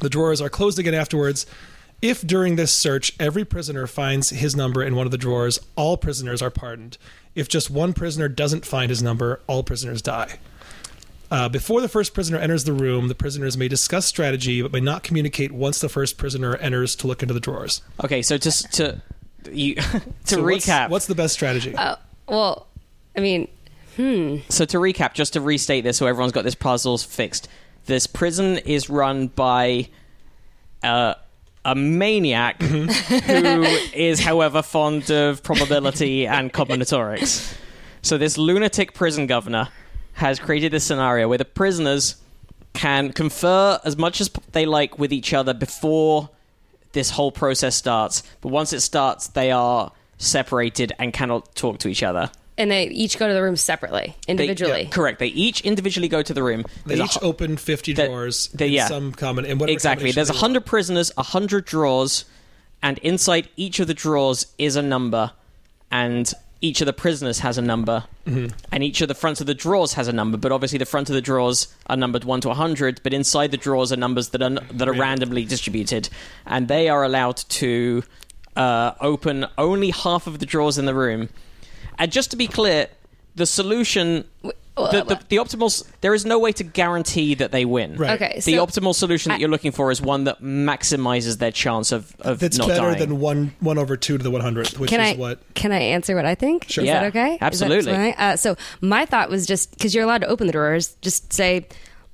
[SPEAKER 3] The drawers are closed again afterwards. If during this search every prisoner finds his number in one of the drawers, all prisoners are pardoned. If just one prisoner doesn't find his number, all prisoners die. Uh, before the first prisoner enters the room, the prisoners may discuss strategy, but may not communicate once the first prisoner enters to look into the drawers.
[SPEAKER 2] Okay, so just to you to
[SPEAKER 3] So what's-
[SPEAKER 2] recap. Uh,
[SPEAKER 3] what's, the best strategy?
[SPEAKER 4] uh, well, I mean,
[SPEAKER 2] so to recap, just to restate this, so everyone's got this puzzles fixed. This prison is run by uh, a maniac who is, however, fond of probability and combinatorics. So this lunatic prison governor has created this scenario where the prisoners can confer as much as they like with each other before this whole process starts. But once it starts, they are separated and cannot talk to each other.
[SPEAKER 4] and they each go to the room separately,
[SPEAKER 2] They-
[SPEAKER 4] individually.
[SPEAKER 2] yeah, correct. They each individually go to the room.
[SPEAKER 3] they
[SPEAKER 2] There's a
[SPEAKER 3] each
[SPEAKER 2] hu-
[SPEAKER 3] open 50
[SPEAKER 2] that-
[SPEAKER 3] drawers
[SPEAKER 2] that-
[SPEAKER 3] in
[SPEAKER 2] yeah.
[SPEAKER 3] some common... In whatever
[SPEAKER 2] exactly.
[SPEAKER 3] combination
[SPEAKER 2] There's
[SPEAKER 3] they
[SPEAKER 2] a
[SPEAKER 3] want.
[SPEAKER 2] hundred prisoners, a hundred drawers, and inside each of the drawers is a number, and each of the prisoners has a number, and each of the fronts of the drawers has a number. But obviously, the front of the drawers are numbered one to hundred, but inside the drawers are numbers that are n- that are randomly distributed, and they are allowed to uh, open only half of the drawers in the room. And just to be clear, the solution the, the, the optimal s- there is no way to guarantee that they win
[SPEAKER 3] Right.
[SPEAKER 4] Okay,
[SPEAKER 2] the
[SPEAKER 4] so-
[SPEAKER 2] optimal solution that you're looking for is one that maximizes their chance of, of
[SPEAKER 3] That's
[SPEAKER 2] not
[SPEAKER 3] better
[SPEAKER 2] dying.
[SPEAKER 3] than one one over two to the one hundredth, which
[SPEAKER 4] Can
[SPEAKER 3] is
[SPEAKER 4] I
[SPEAKER 3] what
[SPEAKER 4] can I answer what I think?
[SPEAKER 3] Sure.
[SPEAKER 4] Is
[SPEAKER 2] Yeah,
[SPEAKER 4] that okay? Is that
[SPEAKER 2] absolutely.
[SPEAKER 4] fine? uh, so my thought was just because you're allowed to open the drawers, just say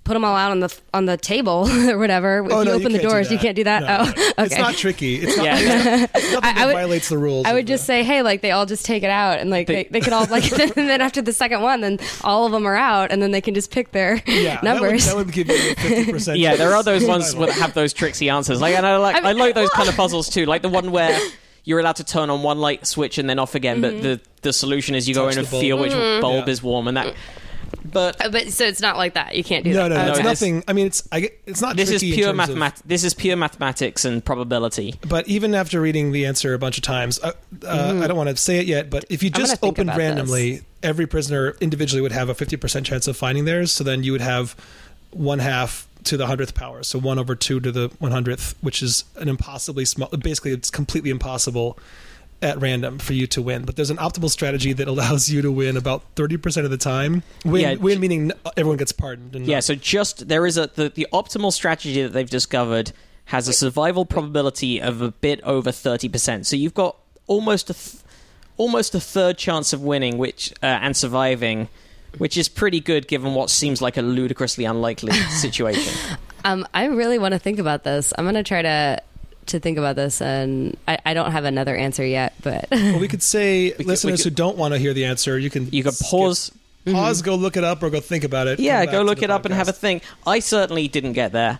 [SPEAKER 4] put them all out on the on the table or whatever. If
[SPEAKER 3] Oh,
[SPEAKER 4] you
[SPEAKER 3] no,
[SPEAKER 4] open the
[SPEAKER 3] can't do
[SPEAKER 4] doors, you
[SPEAKER 3] that.
[SPEAKER 4] can't do that.
[SPEAKER 3] No,
[SPEAKER 4] oh,
[SPEAKER 3] no, no.
[SPEAKER 4] okay.
[SPEAKER 3] It's not tricky. It's not,
[SPEAKER 2] Yeah.
[SPEAKER 3] it's nothing that
[SPEAKER 4] I would-
[SPEAKER 3] violates the rules.
[SPEAKER 4] I
[SPEAKER 3] of
[SPEAKER 4] would
[SPEAKER 3] the-
[SPEAKER 4] just say, hey, like they all just take it out, and like they, they could all like, and then after the second one, then all of them are out, and then they can just pick their
[SPEAKER 3] yeah,
[SPEAKER 4] numbers.
[SPEAKER 3] That would, that would give you fifty percent.
[SPEAKER 2] yeah, there are those ones that have those tricksy answers. Like, and I like, I,
[SPEAKER 4] I mean-
[SPEAKER 2] like those kind of puzzles too. Like the one where you're allowed to turn on one light switch and then off again, but
[SPEAKER 4] Mm-hmm.
[SPEAKER 2] the the solution is you go
[SPEAKER 3] Touch
[SPEAKER 2] in and
[SPEAKER 3] the
[SPEAKER 2] feel
[SPEAKER 3] bulb.
[SPEAKER 2] which bulb
[SPEAKER 3] Yeah.
[SPEAKER 2] is warm and that. But
[SPEAKER 4] Uh, but so it's not like that. You can't do
[SPEAKER 3] No,
[SPEAKER 4] that.
[SPEAKER 3] no, no. It's
[SPEAKER 2] Okay.
[SPEAKER 3] nothing. I mean, it's I, get- it's not.
[SPEAKER 2] Uh, this is
[SPEAKER 3] tricky in
[SPEAKER 2] pure
[SPEAKER 3] terms of-
[SPEAKER 2] mathemat- This is pure mathematics and probability.
[SPEAKER 3] But even after reading the answer a bunch of times, uh, uh, I don't want to say it yet. But if you
[SPEAKER 4] Mm-hmm. gonna
[SPEAKER 3] just
[SPEAKER 4] think
[SPEAKER 3] opened
[SPEAKER 4] about
[SPEAKER 3] randomly, every prisoner individually would have a fifty percent chance of finding theirs. So then you would have one half to the hundredth power, so one over two to the one hundredth, which is an impossibly small. Basically, it's completely impossible at random for you to win. But there's an optimal strategy that allows you to win about thirty percent of the time. Win,
[SPEAKER 2] Yeah,
[SPEAKER 3] win
[SPEAKER 2] j-
[SPEAKER 3] meaning everyone gets pardoned. And
[SPEAKER 2] Yeah, so just there is a the, the optimal strategy that they've discovered has a survival probability of a bit over 30%. So you've got almost a th- almost a third chance of winning which uh, and surviving, which is pretty good given what seems like a ludicrously unlikely situation.
[SPEAKER 4] Um, I really want to think about this. I'm gonna try to to think about this, and I, I don't have another answer yet, but
[SPEAKER 3] Well, we could say
[SPEAKER 2] could-
[SPEAKER 3] listeners
[SPEAKER 2] we could-
[SPEAKER 3] who don't want to hear the answer, you can
[SPEAKER 2] You could
[SPEAKER 3] skip-
[SPEAKER 2] pause Mm-hmm.
[SPEAKER 3] pause, go look it up, or go think about it.
[SPEAKER 2] Yeah,
[SPEAKER 3] come back
[SPEAKER 2] go
[SPEAKER 3] to
[SPEAKER 2] look
[SPEAKER 3] the
[SPEAKER 2] it up and have a
[SPEAKER 3] podcast.
[SPEAKER 2] think. I certainly didn't get there.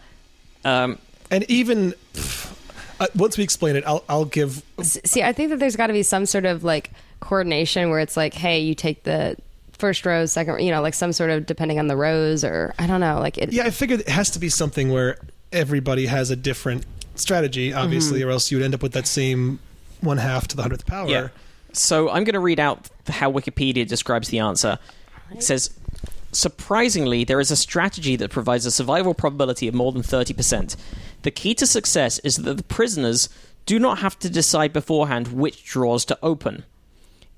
[SPEAKER 2] Um,
[SPEAKER 3] and even pff, uh, once we explain it, I'll I'll give.
[SPEAKER 4] S- see, I think that there's got to be some sort of like coordination where it's like, hey, you take the first row, second, you know, like some sort of depending on the rows, or I don't know, like it.
[SPEAKER 3] Yeah, I figured it has to be something where everybody has a different strategy, obviously, or else you'd end up with that same one half to the hundredth power.
[SPEAKER 2] Mm-hmm. Yeah. So I'm going to read out how Wikipedia describes the answer. It says, surprisingly, there is a strategy that provides a survival probability of more than 30%. The key to success is that the prisoners do not have to decide beforehand which drawers to open.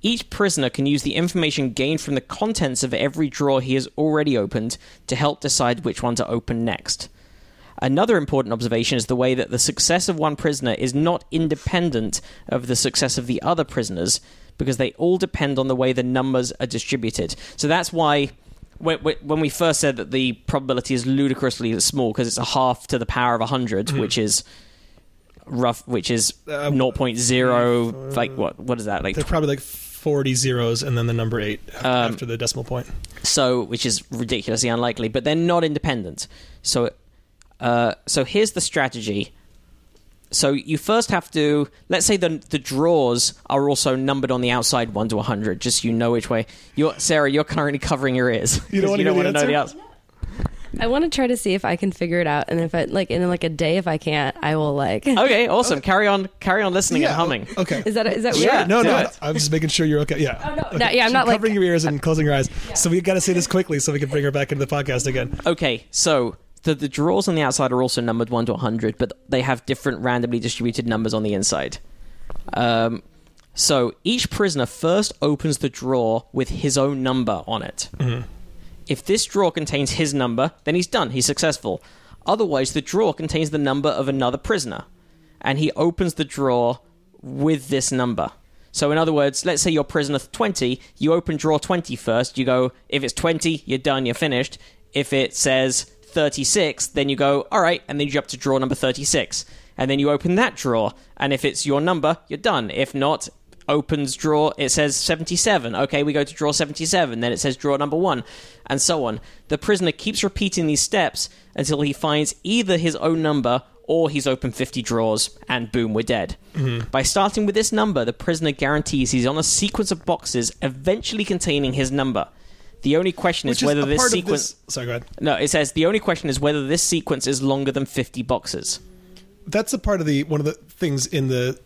[SPEAKER 2] Each prisoner can use the information gained from the contents of every drawer he has already opened to help decide which one to open next. Another important observation is the way that the success of one prisoner is not independent of the success of the other prisoners because they all depend on the way the numbers are distributed. So that's why when- when when we first said that the probability is ludicrously small because it's a half to the power of 100, which is rough which is 0.0 like what what is that like
[SPEAKER 3] They're probably like forty zeros and then the number eight after,
[SPEAKER 2] Um,
[SPEAKER 3] after the decimal point.
[SPEAKER 2] so which is ridiculously unlikely but they're not independent so uh, so here's the strategy so you first have to let's say the the drawers are also numbered on the outside 1 to 100 just so you know which way you sarah you're currently covering your ears
[SPEAKER 3] You
[SPEAKER 2] 'cause
[SPEAKER 3] don't wanna hear
[SPEAKER 2] wanna
[SPEAKER 3] the
[SPEAKER 2] know the
[SPEAKER 3] answer?
[SPEAKER 2] answer
[SPEAKER 4] I want to try to see if I can figure it out, and if I like in like a day, if I can't, I will like.
[SPEAKER 3] Oh.
[SPEAKER 2] okay awesome carry on carry on listening and humming
[SPEAKER 3] Okay.
[SPEAKER 4] Is that is that
[SPEAKER 2] Yeah.
[SPEAKER 4] weird?
[SPEAKER 3] no,
[SPEAKER 2] do
[SPEAKER 3] no,
[SPEAKER 2] it.
[SPEAKER 3] I'm just making sure you're okay. Yeah.
[SPEAKER 4] Oh, no,
[SPEAKER 3] Okay.
[SPEAKER 4] no, yeah, I'm
[SPEAKER 3] She's
[SPEAKER 4] not, like-
[SPEAKER 3] covering your ears and closing your eyes. So we've got to say this quickly so we can bring her back into the podcast again.
[SPEAKER 2] Okay, so the, the drawers on the outside are also numbered 1 to 100, but they have different randomly distributed numbers on the inside. Um, so each prisoner first opens the drawer with his own number on it. If this drawer contains his number, then he's done, he's successful. Otherwise, the drawer contains the number of another prisoner, and he opens the drawer with this number. So, in other words, let's say you're prisoner 20, you open drawer 20 first, you go, if it's 20, you're done, you're finished. If it says 36, then you go, all right, and then you jump to drawer number 36. And then you open that drawer, and if it's your number, you're done. If not, opens draw it says 77 okay we go to draw 77 then it says draw number 1 and so on the prisoner keeps repeating these steps until he finds either his own number or he's opened 50 drawers and boom we're dead by starting with this number the prisoner guarantees he's on a sequence of boxes eventually containing his number the only question
[SPEAKER 3] Which
[SPEAKER 2] is whether
[SPEAKER 3] is a
[SPEAKER 2] this
[SPEAKER 3] part
[SPEAKER 2] sequence
[SPEAKER 3] of this. Sorry, go ahead.
[SPEAKER 2] no it says the only question is whether this sequence is longer than 50 boxes
[SPEAKER 3] that's a part of the one of the things in the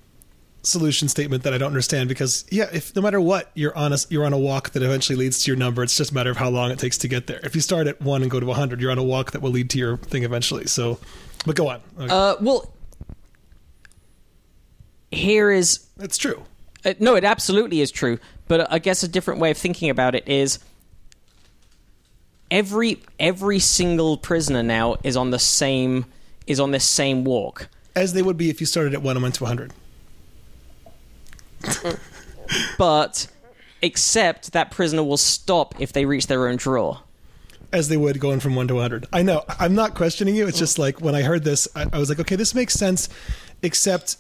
[SPEAKER 3] solution statement that I don't understand because yeah, if no matter what you're on a you're on a walk that eventually leads to your number, it's just a matter of how long it takes to get there. If you start at one and go to 100, you're on a walk that will lead to your thing eventually. So, but go on, Okay.
[SPEAKER 2] uh, well here is
[SPEAKER 3] it's true.
[SPEAKER 2] Uh, no, it absolutely is true. But I guess a different way of thinking about it is every every single prisoner now is on the same is on this same walk.
[SPEAKER 3] as they would be if you started at one and went to 100.
[SPEAKER 2] But except that prisoner will stop if they reach their own drawer.
[SPEAKER 3] as they would going from one to 100. I know. I'm not questioning you. It's just like when I heard this, I, I was like, okay, this makes sense, except,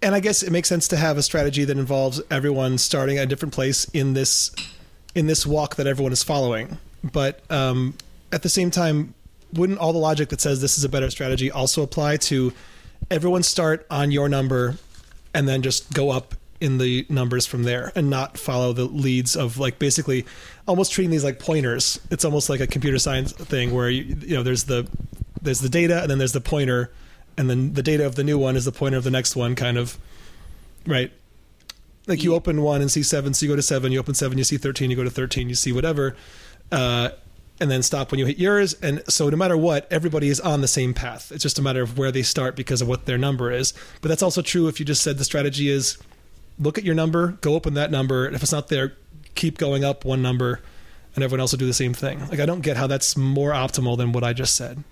[SPEAKER 3] and I guess it makes sense to have a strategy that involves everyone starting at a different place in this in this walk that everyone is following. But um, at the same time, wouldn't all the logic that says this is a better strategy also apply to everyone start on your number and then just go up in the numbers from there and not follow the leads of like basically almost treating these like pointers it's almost like a computer science thing where you, you know there's the there's the data and then there's the pointer and then the data of the new one is the pointer of the next one kind of right like you open one and see seven so you go to seven you open seven you see 13 you go to 13 you see whatever uh, and then stop when you hit yours and so no matter what everybody is on the same path it's just a matter of where they start because of what their number is but that's also true if you just said the strategy is look at your number go open that number and if it's not there keep going up one number and everyone else will do the same thing like i don't get how that's more optimal than what i just said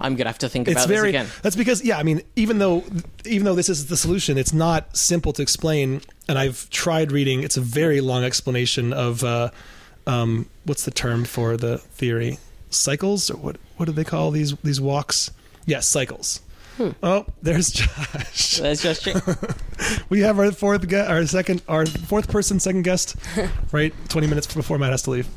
[SPEAKER 2] I'm gonna have to think
[SPEAKER 3] it's
[SPEAKER 2] about
[SPEAKER 3] very
[SPEAKER 2] this again.
[SPEAKER 3] that's because yeah i mean even though even though this is the solution it's not simple to explain and i've tried reading it's a very long explanation of uh um what's the term for the theory cycles or what what do they call these these walks yes cycles
[SPEAKER 2] Hmm.
[SPEAKER 3] oh there's josh
[SPEAKER 2] Let's just check.
[SPEAKER 3] we have our fourth guest our second our fourth person second guest right 20 minutes before matt has to leave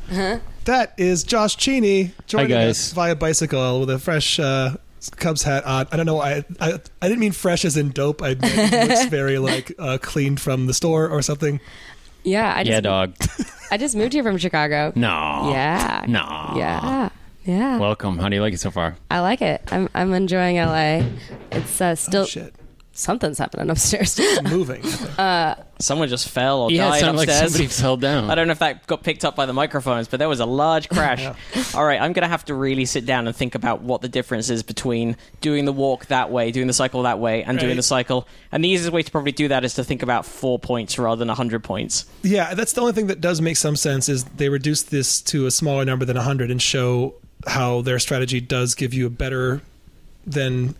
[SPEAKER 3] That is Josh Cheney joining
[SPEAKER 1] guys.
[SPEAKER 3] us via bicycle with a fresh uh, Cubs hat on. I don't know. I, I I didn't mean fresh as in dope. I meant it looks very like uh, clean from the store or something.
[SPEAKER 4] Yeah, I just
[SPEAKER 1] yeah, dog.
[SPEAKER 4] I just moved here from Chicago.
[SPEAKER 1] No.
[SPEAKER 4] Yeah.
[SPEAKER 1] No.
[SPEAKER 4] Yeah. Yeah.
[SPEAKER 1] Welcome. How do you like it so far?
[SPEAKER 4] I like it. I'm I'm enjoying LA. It's uh, still
[SPEAKER 3] Oh, Shit,
[SPEAKER 4] something's happening upstairs.
[SPEAKER 3] moving.
[SPEAKER 2] Someone just fell or
[SPEAKER 1] Yeah, it
[SPEAKER 2] died
[SPEAKER 1] sounded like
[SPEAKER 2] upstairs.
[SPEAKER 1] somebody fell down.
[SPEAKER 2] I don't know if that got picked up by the microphones, but there was a large crash. All right, I'm going to have to really sit down and think about what the difference is between doing the walk that way, doing the cycle that way, and doing
[SPEAKER 3] Right.
[SPEAKER 2] the cycle. And the easiest way to probably do that is to think about four points rather than 100 points.
[SPEAKER 3] yeah, that's the only thing that does make some sense is they reduce this to a smaller number than 100 and show how their strategy does give you a better than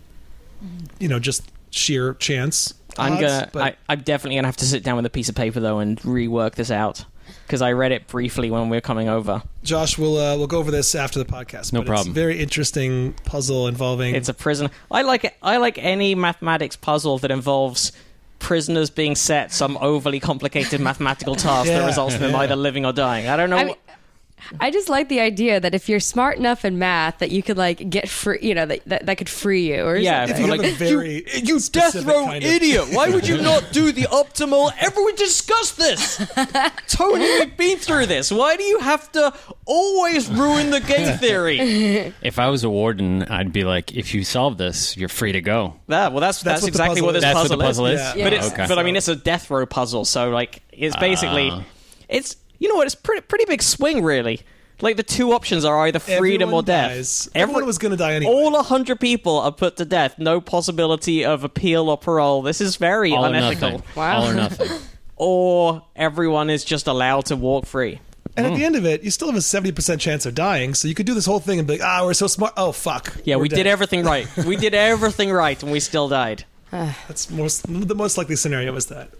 [SPEAKER 3] you know just sheer chance.
[SPEAKER 2] I'm
[SPEAKER 3] odds,
[SPEAKER 2] gonna.
[SPEAKER 3] but-
[SPEAKER 2] I, I'm definitely gonna have to sit down with a piece of paper though and rework this out because I read it briefly when we were coming over.
[SPEAKER 3] Josh, we'll uh, we'll go over this after the podcast.
[SPEAKER 1] No
[SPEAKER 3] but It's
[SPEAKER 1] problem.
[SPEAKER 3] a very interesting puzzle involving.
[SPEAKER 2] It's a prison. I like it. I like any mathematics puzzle that involves prisoners being set some overly complicated mathematical task that
[SPEAKER 3] Yeah,
[SPEAKER 2] results in them either living or dying. I don't know.
[SPEAKER 4] I mean, I just like the idea that if you're smart enough in math, that you could like get free, you know, that that, that could free you. Or
[SPEAKER 2] Yeah,
[SPEAKER 3] if
[SPEAKER 4] something.
[SPEAKER 3] you
[SPEAKER 2] Like,
[SPEAKER 3] have a very
[SPEAKER 2] you death
[SPEAKER 3] specific
[SPEAKER 2] row
[SPEAKER 3] kind of-
[SPEAKER 2] idiot! Why would you not do the optimal? Everyone discussed this. Tony, we've been through this. Why do you have to always ruin the game theory?
[SPEAKER 1] If I was a warden, I'd be like, if you solve this, you're free to go.
[SPEAKER 2] That, well, that's that's,
[SPEAKER 3] what the
[SPEAKER 2] exactly
[SPEAKER 3] puzzle
[SPEAKER 2] what this
[SPEAKER 3] is.
[SPEAKER 1] That's
[SPEAKER 2] puzzle
[SPEAKER 1] what the puzzle is.
[SPEAKER 3] Yeah.
[SPEAKER 2] But
[SPEAKER 4] Yeah.
[SPEAKER 2] it's
[SPEAKER 1] Okay.
[SPEAKER 2] but I mean it's a death row puzzle, so like it's basically
[SPEAKER 1] Ah.
[SPEAKER 2] it's you know what it's pretty pretty big swing really. Like the two options are either freedom
[SPEAKER 3] Everyone
[SPEAKER 2] or death.
[SPEAKER 3] dies. Everyone was gonna die anyway.
[SPEAKER 2] All hundred people are put to death. No possibility of appeal or parole. This is very
[SPEAKER 1] all or
[SPEAKER 2] unethical.
[SPEAKER 1] nothing.
[SPEAKER 4] Wow.
[SPEAKER 1] All or nothing.
[SPEAKER 2] Or everyone is just allowed to walk free.
[SPEAKER 3] And
[SPEAKER 2] Mm.
[SPEAKER 3] at the end of it, you still have a seventy percent chance of dying. So you could do this whole thing and be like, "Ah, we're so smart." Oh, fuck.
[SPEAKER 2] Yeah,
[SPEAKER 3] We're
[SPEAKER 2] we did
[SPEAKER 3] dead.
[SPEAKER 2] everything right. we did everything right, and we still died.
[SPEAKER 3] That's most the most likely scenario was that.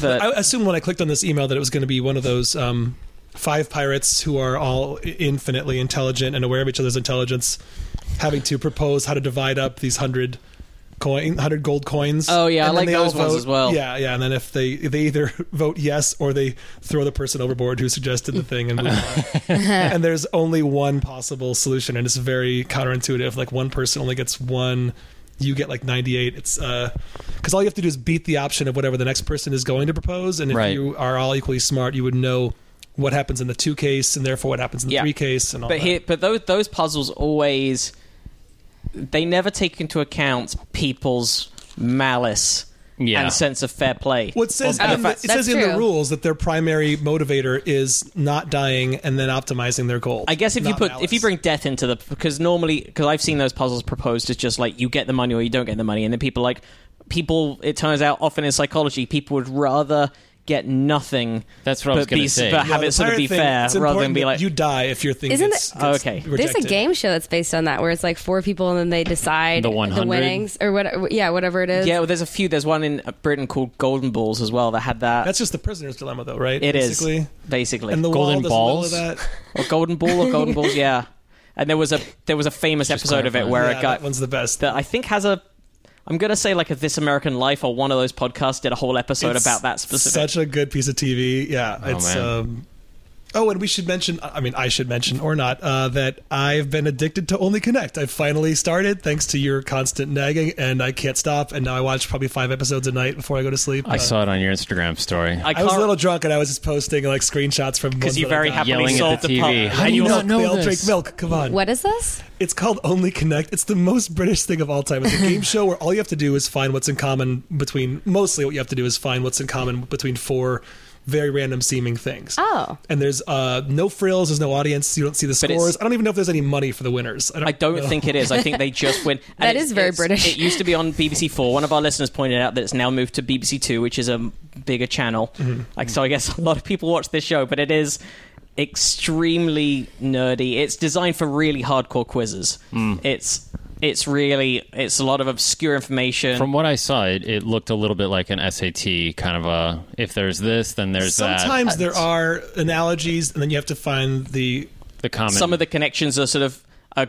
[SPEAKER 2] But-
[SPEAKER 3] I assumed when I clicked on this email that it was going to be one of those um, five pirates who are all i- infinitely intelligent and aware of each other's intelligence, having to propose how to divide up these hundred coin, hundred gold coins.
[SPEAKER 2] Oh, yeah, I
[SPEAKER 3] And then
[SPEAKER 2] like
[SPEAKER 3] they all
[SPEAKER 2] those ones
[SPEAKER 3] vote-
[SPEAKER 2] as well.
[SPEAKER 3] Yeah, yeah, and then if they they either vote yes or they throw the person overboard who suggested the thing, and move on. and there's only one possible solution, and it's very counterintuitive. Like one person only gets one. You get like 98. It's uh, because all you have to do is beat the option of whatever the next person is going to propose, and if
[SPEAKER 1] Right.
[SPEAKER 3] you are all equally smart, you would know what happens in the two case, and therefore what happens in the
[SPEAKER 2] Yeah.
[SPEAKER 3] three case, and all
[SPEAKER 2] but
[SPEAKER 3] that.
[SPEAKER 2] here, but those those puzzles always they never take into account people's malice
[SPEAKER 1] Yeah.
[SPEAKER 2] and sense of fair play.
[SPEAKER 3] What says
[SPEAKER 2] Or the
[SPEAKER 3] in the,
[SPEAKER 2] fact-
[SPEAKER 3] it
[SPEAKER 4] that's
[SPEAKER 3] says in the
[SPEAKER 4] true.
[SPEAKER 3] rules that their primary motivator is not dying and then optimizing their goal.
[SPEAKER 2] I guess if you
[SPEAKER 3] not
[SPEAKER 2] put
[SPEAKER 3] malice.
[SPEAKER 2] if you bring death into the because normally because I've seen those puzzles proposed as just like you get the money or you don't get the money and then people like people it turns out often in psychology people would rather get nothing.
[SPEAKER 1] That's what I was
[SPEAKER 2] but
[SPEAKER 1] gonna
[SPEAKER 2] be-
[SPEAKER 1] say.
[SPEAKER 2] But
[SPEAKER 1] Yeah,
[SPEAKER 2] have
[SPEAKER 3] the
[SPEAKER 2] it sort of
[SPEAKER 3] pirate
[SPEAKER 2] be
[SPEAKER 3] thing,
[SPEAKER 2] fair
[SPEAKER 3] it's
[SPEAKER 2] rather than
[SPEAKER 3] important
[SPEAKER 2] be
[SPEAKER 3] that
[SPEAKER 2] like
[SPEAKER 3] you die if your thing
[SPEAKER 4] Isn't
[SPEAKER 3] gets,
[SPEAKER 4] it-
[SPEAKER 2] Oh,
[SPEAKER 3] gets
[SPEAKER 2] okay. There's
[SPEAKER 4] There's
[SPEAKER 3] rejected.
[SPEAKER 4] a game show that's based on that where it's like four people and then they decide
[SPEAKER 1] The
[SPEAKER 4] the
[SPEAKER 1] 100?
[SPEAKER 4] winnings or what yeah whatever it is
[SPEAKER 2] yeah. Well, there's a few. There's one in uh, Britain called Golden Balls as well that had that.
[SPEAKER 3] That's just the prisoner's dilemma, though, right?
[SPEAKER 2] It is
[SPEAKER 3] Basically.
[SPEAKER 2] basically
[SPEAKER 3] And the
[SPEAKER 1] Golden
[SPEAKER 3] wall does a
[SPEAKER 1] balls?
[SPEAKER 3] little of that.
[SPEAKER 2] or Golden Ball or Golden Balls. Yeah, and there was a there was a famous episode of it
[SPEAKER 1] clarifying.
[SPEAKER 2] where
[SPEAKER 3] yeah,
[SPEAKER 2] it got
[SPEAKER 3] that one's the best.
[SPEAKER 2] that I think has a. I'm gonna say like a This American Life or one of those podcasts did a whole episode
[SPEAKER 3] It's
[SPEAKER 2] about that specific.
[SPEAKER 3] Such a good piece of TV. Yeah, it's.
[SPEAKER 1] man.
[SPEAKER 3] um Oh, and we should mention. I mean, I should mention or not uh, that I've been addicted to Only Connect. I finally started thanks to your constant nagging, and I can't stop. And now I watch probably five episodes a night before I go to sleep.
[SPEAKER 1] I saw it on your Instagram story.
[SPEAKER 2] I,
[SPEAKER 3] I was a
[SPEAKER 2] can't-
[SPEAKER 3] little drunk, and I was just posting like screenshots from because
[SPEAKER 2] you very happily
[SPEAKER 1] Yelling
[SPEAKER 2] solved
[SPEAKER 1] at the
[SPEAKER 2] the pub.
[SPEAKER 1] TV.
[SPEAKER 3] How do you
[SPEAKER 1] not
[SPEAKER 3] not know they all
[SPEAKER 1] this?
[SPEAKER 3] drink milk? Come on.
[SPEAKER 4] what is this
[SPEAKER 3] It's called Only Connect. It's the most British thing of all time. It's a game show where all you have to do is find what's in common between mostly what you have to do is find what's in common between four very random seeming things.
[SPEAKER 4] Oh.
[SPEAKER 3] And there's uh no frills, there's no audience, you don't see the
[SPEAKER 2] it's-
[SPEAKER 3] scores. I don't even know if there's any money for the winners.
[SPEAKER 2] I don't
[SPEAKER 3] know.
[SPEAKER 2] think it is. I think they just win. And
[SPEAKER 4] That
[SPEAKER 2] it's-
[SPEAKER 4] is very
[SPEAKER 2] it's-
[SPEAKER 4] British.
[SPEAKER 2] It used to be on BBC Four. One of our listeners pointed out that it's now moved to BBC Two, which is a bigger channel.
[SPEAKER 3] Mm-hmm.
[SPEAKER 2] Like, so I guess a lot of people watch this show, but it is extremely nerdy. It's designed for really hardcore quizzes. It's it's really it's a lot of obscure information.
[SPEAKER 1] From what I saw, it, it looked a little bit like an SAT kind of a. If there's this, then there's that.
[SPEAKER 3] Sometimes there are analogies and then you have to find the
[SPEAKER 1] the common.
[SPEAKER 2] Some of the connections are sort of. uh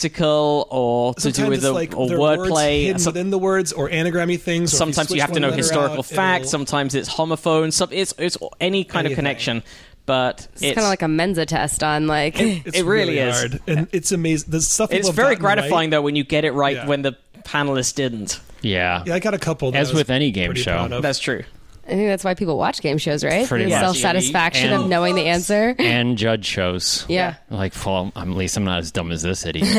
[SPEAKER 2] grammatical, or to
[SPEAKER 3] sometimes
[SPEAKER 2] do with
[SPEAKER 3] it's
[SPEAKER 2] a,
[SPEAKER 3] like
[SPEAKER 2] or
[SPEAKER 3] there are words
[SPEAKER 2] wordplay,
[SPEAKER 3] hidden
[SPEAKER 2] and some-
[SPEAKER 3] within the words or anagrammy things. or if
[SPEAKER 2] sometimes you,
[SPEAKER 3] switch
[SPEAKER 2] have to
[SPEAKER 3] one
[SPEAKER 2] know
[SPEAKER 3] letter
[SPEAKER 2] historical
[SPEAKER 3] out,
[SPEAKER 2] facts.
[SPEAKER 3] it'll-
[SPEAKER 2] Sometimes it's homophone. Some it's it's any kind of
[SPEAKER 3] Anything.
[SPEAKER 2] connection, but it's,
[SPEAKER 4] it's kind of like a Mensa test on like
[SPEAKER 3] It's
[SPEAKER 2] it really is.
[SPEAKER 3] hard, and it's amazing. The stuff
[SPEAKER 2] it's
[SPEAKER 3] people have
[SPEAKER 2] very
[SPEAKER 3] gotten right-
[SPEAKER 2] gratifying though when you get it right
[SPEAKER 3] Yeah.
[SPEAKER 2] when the panelists didn't.
[SPEAKER 1] yeah.
[SPEAKER 3] Yeah, I got a couple. That
[SPEAKER 1] As
[SPEAKER 3] I was
[SPEAKER 1] with any game
[SPEAKER 3] pretty
[SPEAKER 1] show.
[SPEAKER 3] proud of.
[SPEAKER 2] That's true.
[SPEAKER 4] I think that's why people watch game shows right
[SPEAKER 1] Pretty
[SPEAKER 4] The
[SPEAKER 1] much.
[SPEAKER 4] self satisfaction of
[SPEAKER 1] And-
[SPEAKER 4] knowing the answer
[SPEAKER 1] and judge shows.
[SPEAKER 4] Yeah.
[SPEAKER 1] Like, well, I'm, at least I'm not as dumb as this idiot.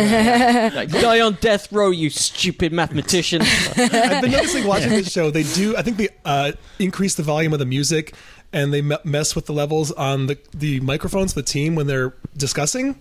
[SPEAKER 2] Like, Die on death row, you stupid mathematician.
[SPEAKER 3] I've been noticing watching this show. They do. I think they uh, increase the volume of the music, and they me- mess with the levels on the the microphones. The team when they're discussing.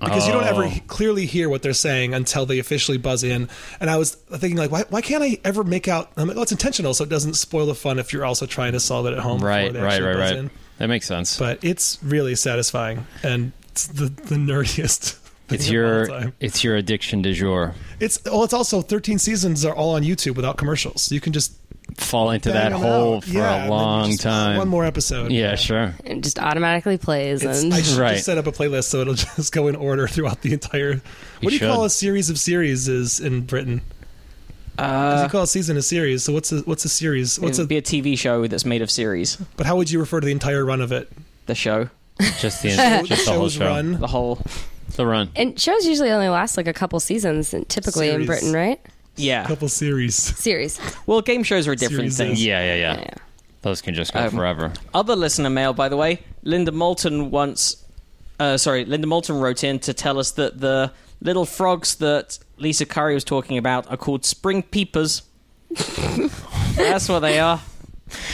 [SPEAKER 3] Because you don't ever
[SPEAKER 1] Oh.
[SPEAKER 3] he- clearly hear what they're saying until they officially buzz in, and I was thinking like, why, why can't I ever make out? I'm like, oh, it's intentional, so it doesn't spoil the fun if you're also trying to solve it at home. before
[SPEAKER 1] right,
[SPEAKER 3] they
[SPEAKER 1] right,
[SPEAKER 3] actually
[SPEAKER 1] right,
[SPEAKER 3] buzz
[SPEAKER 1] right.
[SPEAKER 3] in.
[SPEAKER 1] That makes sense.
[SPEAKER 3] But it's really satisfying, and it's the the nerdiest. thing
[SPEAKER 1] it's
[SPEAKER 3] of all
[SPEAKER 1] your
[SPEAKER 3] time.
[SPEAKER 1] it's your addiction du jour.
[SPEAKER 3] It's well. It's also 13 seasons are all on YouTube without commercials. You can just
[SPEAKER 1] Fall into
[SPEAKER 3] bang
[SPEAKER 1] that
[SPEAKER 3] them
[SPEAKER 1] hole
[SPEAKER 3] out.
[SPEAKER 1] for
[SPEAKER 3] Yeah, and
[SPEAKER 1] a
[SPEAKER 3] then
[SPEAKER 1] long
[SPEAKER 3] just
[SPEAKER 1] time.
[SPEAKER 3] One more episode.
[SPEAKER 1] Yeah, sure.
[SPEAKER 4] it just automatically plays
[SPEAKER 3] It's,
[SPEAKER 4] and
[SPEAKER 3] I should
[SPEAKER 1] Right.
[SPEAKER 3] just set up a playlist so it'll just go in order throughout the entire. What do you
[SPEAKER 1] should.
[SPEAKER 3] call a series of series is in Britain? Uh, you call a season a series. So what's a what's a series?
[SPEAKER 2] it
[SPEAKER 3] What's a,
[SPEAKER 2] would be a TV show that's made of series.
[SPEAKER 3] but how would you refer to the entire run of it?
[SPEAKER 2] The show,
[SPEAKER 1] Just the just the whole
[SPEAKER 3] Shows
[SPEAKER 1] show.
[SPEAKER 3] run.
[SPEAKER 2] the whole.
[SPEAKER 1] The run.
[SPEAKER 4] and shows usually only last like a couple seasons and typically in
[SPEAKER 3] Series.
[SPEAKER 4] Britain right
[SPEAKER 2] Yeah.
[SPEAKER 3] Couple series.
[SPEAKER 4] series
[SPEAKER 2] Well, game shows are a different
[SPEAKER 3] Series
[SPEAKER 2] thing.
[SPEAKER 3] is-
[SPEAKER 1] Yeah, yeah, yeah,
[SPEAKER 4] Yeah. Um,
[SPEAKER 1] Those can just go forever.
[SPEAKER 2] Other listener mail, by the way, Linda Moulton once, uh, sorry, Linda Moulton wrote in to tell us that the little frogs that Lisa Curry was talking about are called spring peepers. That's what they are.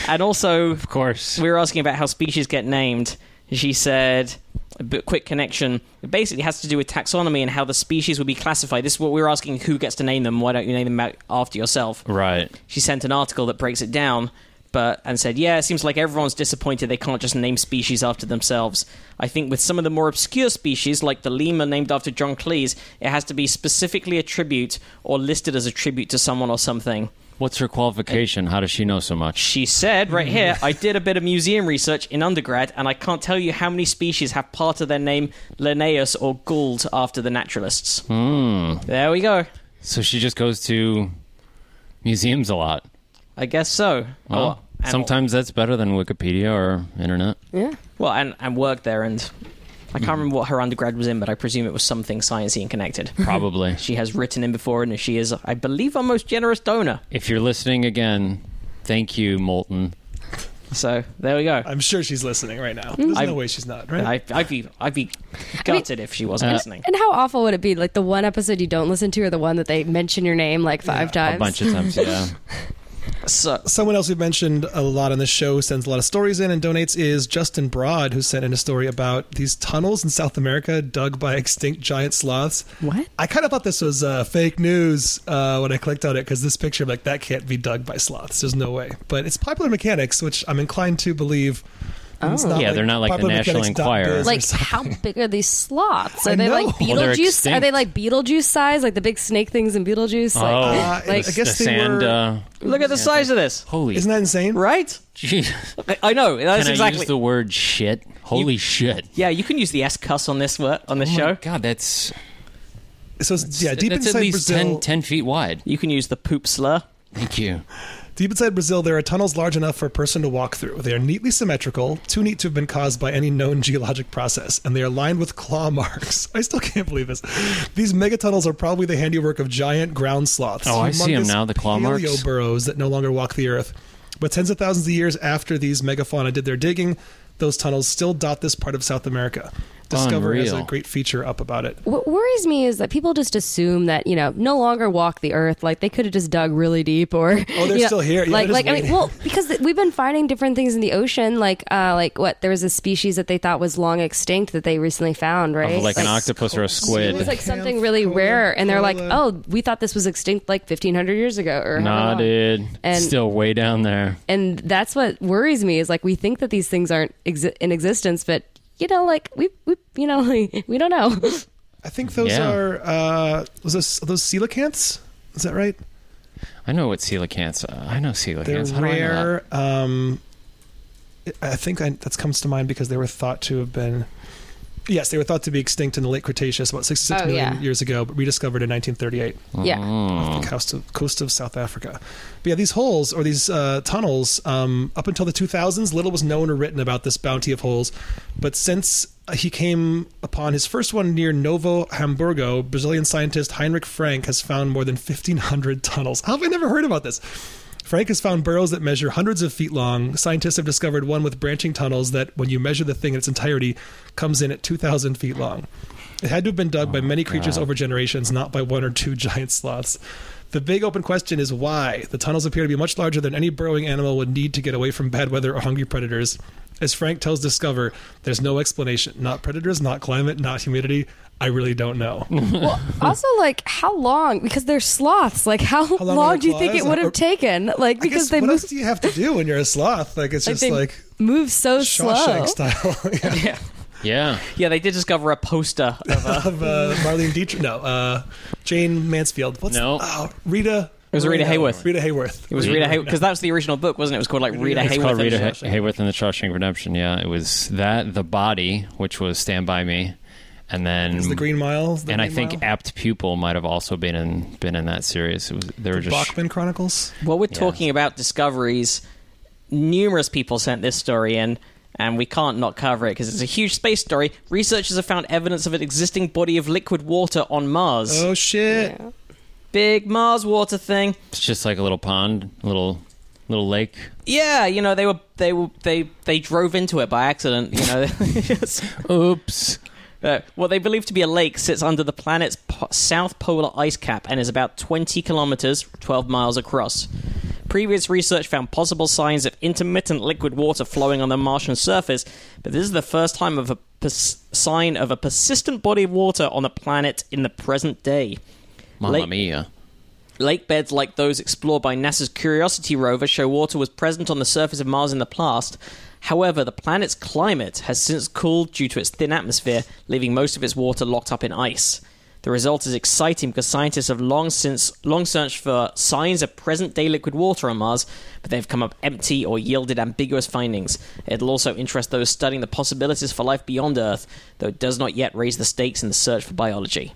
[SPEAKER 2] And also,
[SPEAKER 1] Of course.
[SPEAKER 2] we were asking about how species get named. She said, a bit- quick connection. It basically has to do with taxonomy and how the species will be classified. This is what we were asking who gets to name them. Why don't you name them out after yourself?
[SPEAKER 1] Right.
[SPEAKER 2] she sent an article that breaks it down but and said yeah it seems like everyone's disappointed they can't just name species after themselves i think with some of the more obscure species like the lemur named after john cleese it has to be specifically a tribute or listed as a tribute to someone or something
[SPEAKER 1] What's her qualification? How does she know so much?
[SPEAKER 2] she said right here i
[SPEAKER 1] Mm.
[SPEAKER 2] did a bit of museum research in undergrad and i can't tell you how many species have part of their name linnaeus or gould after the naturalists
[SPEAKER 1] Hmm.
[SPEAKER 2] there we go
[SPEAKER 1] So she just goes to museums a lot.
[SPEAKER 2] i guess so
[SPEAKER 1] Well,
[SPEAKER 2] Oh, and-
[SPEAKER 1] sometimes that's better than Wikipedia or internet.
[SPEAKER 4] yeah
[SPEAKER 2] Well, and, and worked there, and I
[SPEAKER 1] Hmm.
[SPEAKER 2] can't remember what her undergrad was in, but I presume it was something sciencey and connected.
[SPEAKER 1] Probably.
[SPEAKER 2] She has written in before, and she is, I believe, our most generous donor.
[SPEAKER 1] if you're listening again, thank you, Moulton.
[SPEAKER 2] So there we go.
[SPEAKER 3] I'm sure she's listening right now. There's
[SPEAKER 2] Mm. I-
[SPEAKER 3] no way she's not. Right.
[SPEAKER 2] I, I'd be, I'd be gutted if she
[SPEAKER 4] uh,
[SPEAKER 3] Uh,
[SPEAKER 2] wasn't listening.
[SPEAKER 4] and how awful would it be like the one episode you don't listen to or the one that they mention your name like five
[SPEAKER 1] A
[SPEAKER 4] times
[SPEAKER 1] bunch of times, yeah.
[SPEAKER 2] sucks.
[SPEAKER 3] Someone else we've mentioned a lot on this show sends a lot of stories in and donates is Justin Broad, who sent in a story about these tunnels in South America dug by extinct giant sloths.
[SPEAKER 4] What?
[SPEAKER 3] I kind of thought this was uh, fake news uh, when I clicked on it because this picture, I'm like, that can't be dug by sloths. There's no way. But it's popular mechanics, which I'm inclined to believe. It's
[SPEAKER 4] Oh.
[SPEAKER 1] Yeah, they're not like the
[SPEAKER 3] Popular
[SPEAKER 1] National
[SPEAKER 3] Mechanics dot
[SPEAKER 1] Enquirer.
[SPEAKER 3] biz or
[SPEAKER 4] Like,
[SPEAKER 3] something.
[SPEAKER 4] how big are these sloths?
[SPEAKER 3] I
[SPEAKER 4] Are they
[SPEAKER 3] know.
[SPEAKER 4] like
[SPEAKER 3] Well,
[SPEAKER 1] they're
[SPEAKER 4] Beetlejuice? are they
[SPEAKER 1] extinct.
[SPEAKER 4] like Beetlejuice size? Like the big snake things in Beetlejuice?
[SPEAKER 1] Oh,
[SPEAKER 4] Like,
[SPEAKER 3] Uh,
[SPEAKER 4] like-
[SPEAKER 1] the,
[SPEAKER 3] I guess
[SPEAKER 1] the
[SPEAKER 3] they
[SPEAKER 1] sand.
[SPEAKER 3] were-
[SPEAKER 1] Uh,
[SPEAKER 2] Look at the size of this,
[SPEAKER 1] holy,
[SPEAKER 3] isn't that insane?
[SPEAKER 2] right?
[SPEAKER 1] Jeez.
[SPEAKER 2] I- I know. That's
[SPEAKER 1] Can I
[SPEAKER 2] exactly.
[SPEAKER 1] use the word shit? Holy shit!
[SPEAKER 2] yeah, you can use the S cuss on this word on this
[SPEAKER 1] Oh my
[SPEAKER 2] show.
[SPEAKER 1] God, that's
[SPEAKER 3] So it's, yeah, deep
[SPEAKER 1] that's
[SPEAKER 3] inside
[SPEAKER 1] at least
[SPEAKER 3] Brazil,
[SPEAKER 1] 10, 10 feet wide.
[SPEAKER 2] You can use the poop slur.
[SPEAKER 1] Thank you.
[SPEAKER 3] Deep inside Brazil, there are tunnels large enough for a person to walk through. They are neatly symmetrical, too neat to have been caused by any known geologic process, and they are lined with claw marks. I still can't believe this. These megatunnels are probably the handiwork of giant ground sloths.
[SPEAKER 1] Oh, I see 'em
[SPEAKER 3] humongous
[SPEAKER 1] now, the claw marks.
[SPEAKER 3] paleo burrows that no longer walk the earth. But tens of thousands of years after these megafauna did their digging, those tunnels still dot this part of South America. Discover has a
[SPEAKER 1] Unreal.
[SPEAKER 3] great feature up about it.
[SPEAKER 4] what worries me is that people just assume that you know no longer walk the earth. Like they could have just dug really deep, or oh,
[SPEAKER 3] they're still here. Yeah,
[SPEAKER 4] like,
[SPEAKER 3] they're
[SPEAKER 4] like
[SPEAKER 3] just
[SPEAKER 4] I mean,
[SPEAKER 3] waiting.
[SPEAKER 4] well, because th- we've been finding different things in the ocean. Like, uh, like what there was a species that they thought was long extinct that they recently found, right?
[SPEAKER 3] Oh,
[SPEAKER 1] Of like an octopus or a
[SPEAKER 4] It was
[SPEAKER 1] squid.
[SPEAKER 4] like something really rare, and they're like, "Oh, we thought this was extinct like 1500 years ago." Or however
[SPEAKER 1] Nah,
[SPEAKER 4] long.
[SPEAKER 1] dude.
[SPEAKER 4] And-
[SPEAKER 1] Still way down there.
[SPEAKER 4] and that's what worries me is like we think that these things aren't exi- in existence, but you know, like we, we you know, like, we don't know.
[SPEAKER 3] I think those
[SPEAKER 1] Yeah.
[SPEAKER 3] are uh, was those, those coelacanths. Is that right?
[SPEAKER 1] I know what coelacanths. uh, I know
[SPEAKER 3] They're
[SPEAKER 1] coelacanths. How do I know that?
[SPEAKER 3] rare. Um, I think I, that comes to mind because they were thought to have been. Yes, they were thought to be extinct in the late Cretaceous about 66
[SPEAKER 4] Oh,
[SPEAKER 3] million
[SPEAKER 4] yeah.
[SPEAKER 3] years ago, but rediscovered in 1938
[SPEAKER 4] yeah.
[SPEAKER 3] off the coast of, coast of South Africa. But yeah, these holes or these uh, tunnels, um, up until the 2000s, little was known or written about this bounty of holes. But since uh, he came upon his first one near Novo Hamburgo, Brazilian scientist Heinrich Frank has found more than 1,500 tunnels. How have I never heard about this? Frank has found burrows that measure hundreds of feet long. Scientists have discovered one with branching tunnels that, when you measure the thing in its entirety, comes in at 2,000 feet long. It had to have been dug
[SPEAKER 1] Oh,
[SPEAKER 3] by many creatures over generations, not by one or two giant sloths. The big open question is why. The tunnels appear to be much larger than any burrowing animal would need to get away from bad weather or hungry predators. As Frank tells Discover, there's no explanation. Not predators, not climate, not humidity. I really don't know.
[SPEAKER 4] Well, also, like, how long? Because they're sloths. Like, how,
[SPEAKER 3] long
[SPEAKER 4] long,
[SPEAKER 3] are the
[SPEAKER 4] do you think
[SPEAKER 3] claws?
[SPEAKER 4] it would
[SPEAKER 3] Or-
[SPEAKER 4] have taken? Like,
[SPEAKER 3] I guess,
[SPEAKER 4] because they
[SPEAKER 3] what
[SPEAKER 4] move,
[SPEAKER 3] else do you have to do when you're a sloth? Like it's
[SPEAKER 4] like,
[SPEAKER 3] just
[SPEAKER 4] they
[SPEAKER 3] like
[SPEAKER 4] move so slow.
[SPEAKER 3] Shawshank style yeah,
[SPEAKER 1] Yeah.
[SPEAKER 2] Yeah, they did discover a poster of a.
[SPEAKER 3] of uh, Marlene Dietrich. No, uh, Jane Mansfield. What's
[SPEAKER 1] No.
[SPEAKER 3] oh, Rita. It
[SPEAKER 2] was Rita Hayworth.
[SPEAKER 3] Rita Hayworth.
[SPEAKER 2] It was Rita Hayworth because that's the original book, wasn't it? It was called like Rita
[SPEAKER 3] It's
[SPEAKER 1] It's
[SPEAKER 2] Hayworth.
[SPEAKER 1] called
[SPEAKER 2] and-
[SPEAKER 1] Rita
[SPEAKER 3] Shawshank.
[SPEAKER 1] Ha- Hayworth and the Shawshank Redemption. Yeah, it was that, The Body, which was Stand By Me, and then
[SPEAKER 3] It's the Green Mile. the
[SPEAKER 1] and I
[SPEAKER 3] Green
[SPEAKER 1] think
[SPEAKER 3] Mile.
[SPEAKER 1] Apt Pupil might have also been in been in that series. It was they were just
[SPEAKER 3] Bachman Chronicles.
[SPEAKER 2] Well, we're talking about discoveries. Numerous people sent this story in, and we can't not cover it because it's a huge space story. Researchers have found evidence of an existing body of liquid water on Mars.
[SPEAKER 3] Oh shit!
[SPEAKER 2] Big Mars water thing.
[SPEAKER 1] it's just like a little pond, little little lake.
[SPEAKER 2] Yeah, you know they were they were they they drove into it by accident. You know, Yes.
[SPEAKER 1] Oops.
[SPEAKER 2] Uh, what they believe to be a lake sits under the planet's po- south polar ice cap and is about 20 kilometers, 12 miles across. Previous research found possible signs of intermittent liquid water flowing on the Martian surface, but this is the first time of a pers- sign of a persistent body of water on the planet in the present day.
[SPEAKER 1] Mamma
[SPEAKER 2] Lake-
[SPEAKER 1] mia.
[SPEAKER 2] Lake beds like those explored by NASA's Curiosity rover show water was present on the surface of Mars in the past. However, the planet's climate has since cooled due to its thin atmosphere, leaving most of its water locked up in ice. The result is exciting because scientists have long since long searched for signs of present-day liquid water on Mars, but they've come up empty or yielded ambiguous findings. It'll also interest those studying the possibilities for life beyond Earth, though it does not yet raise the stakes in the search for biology.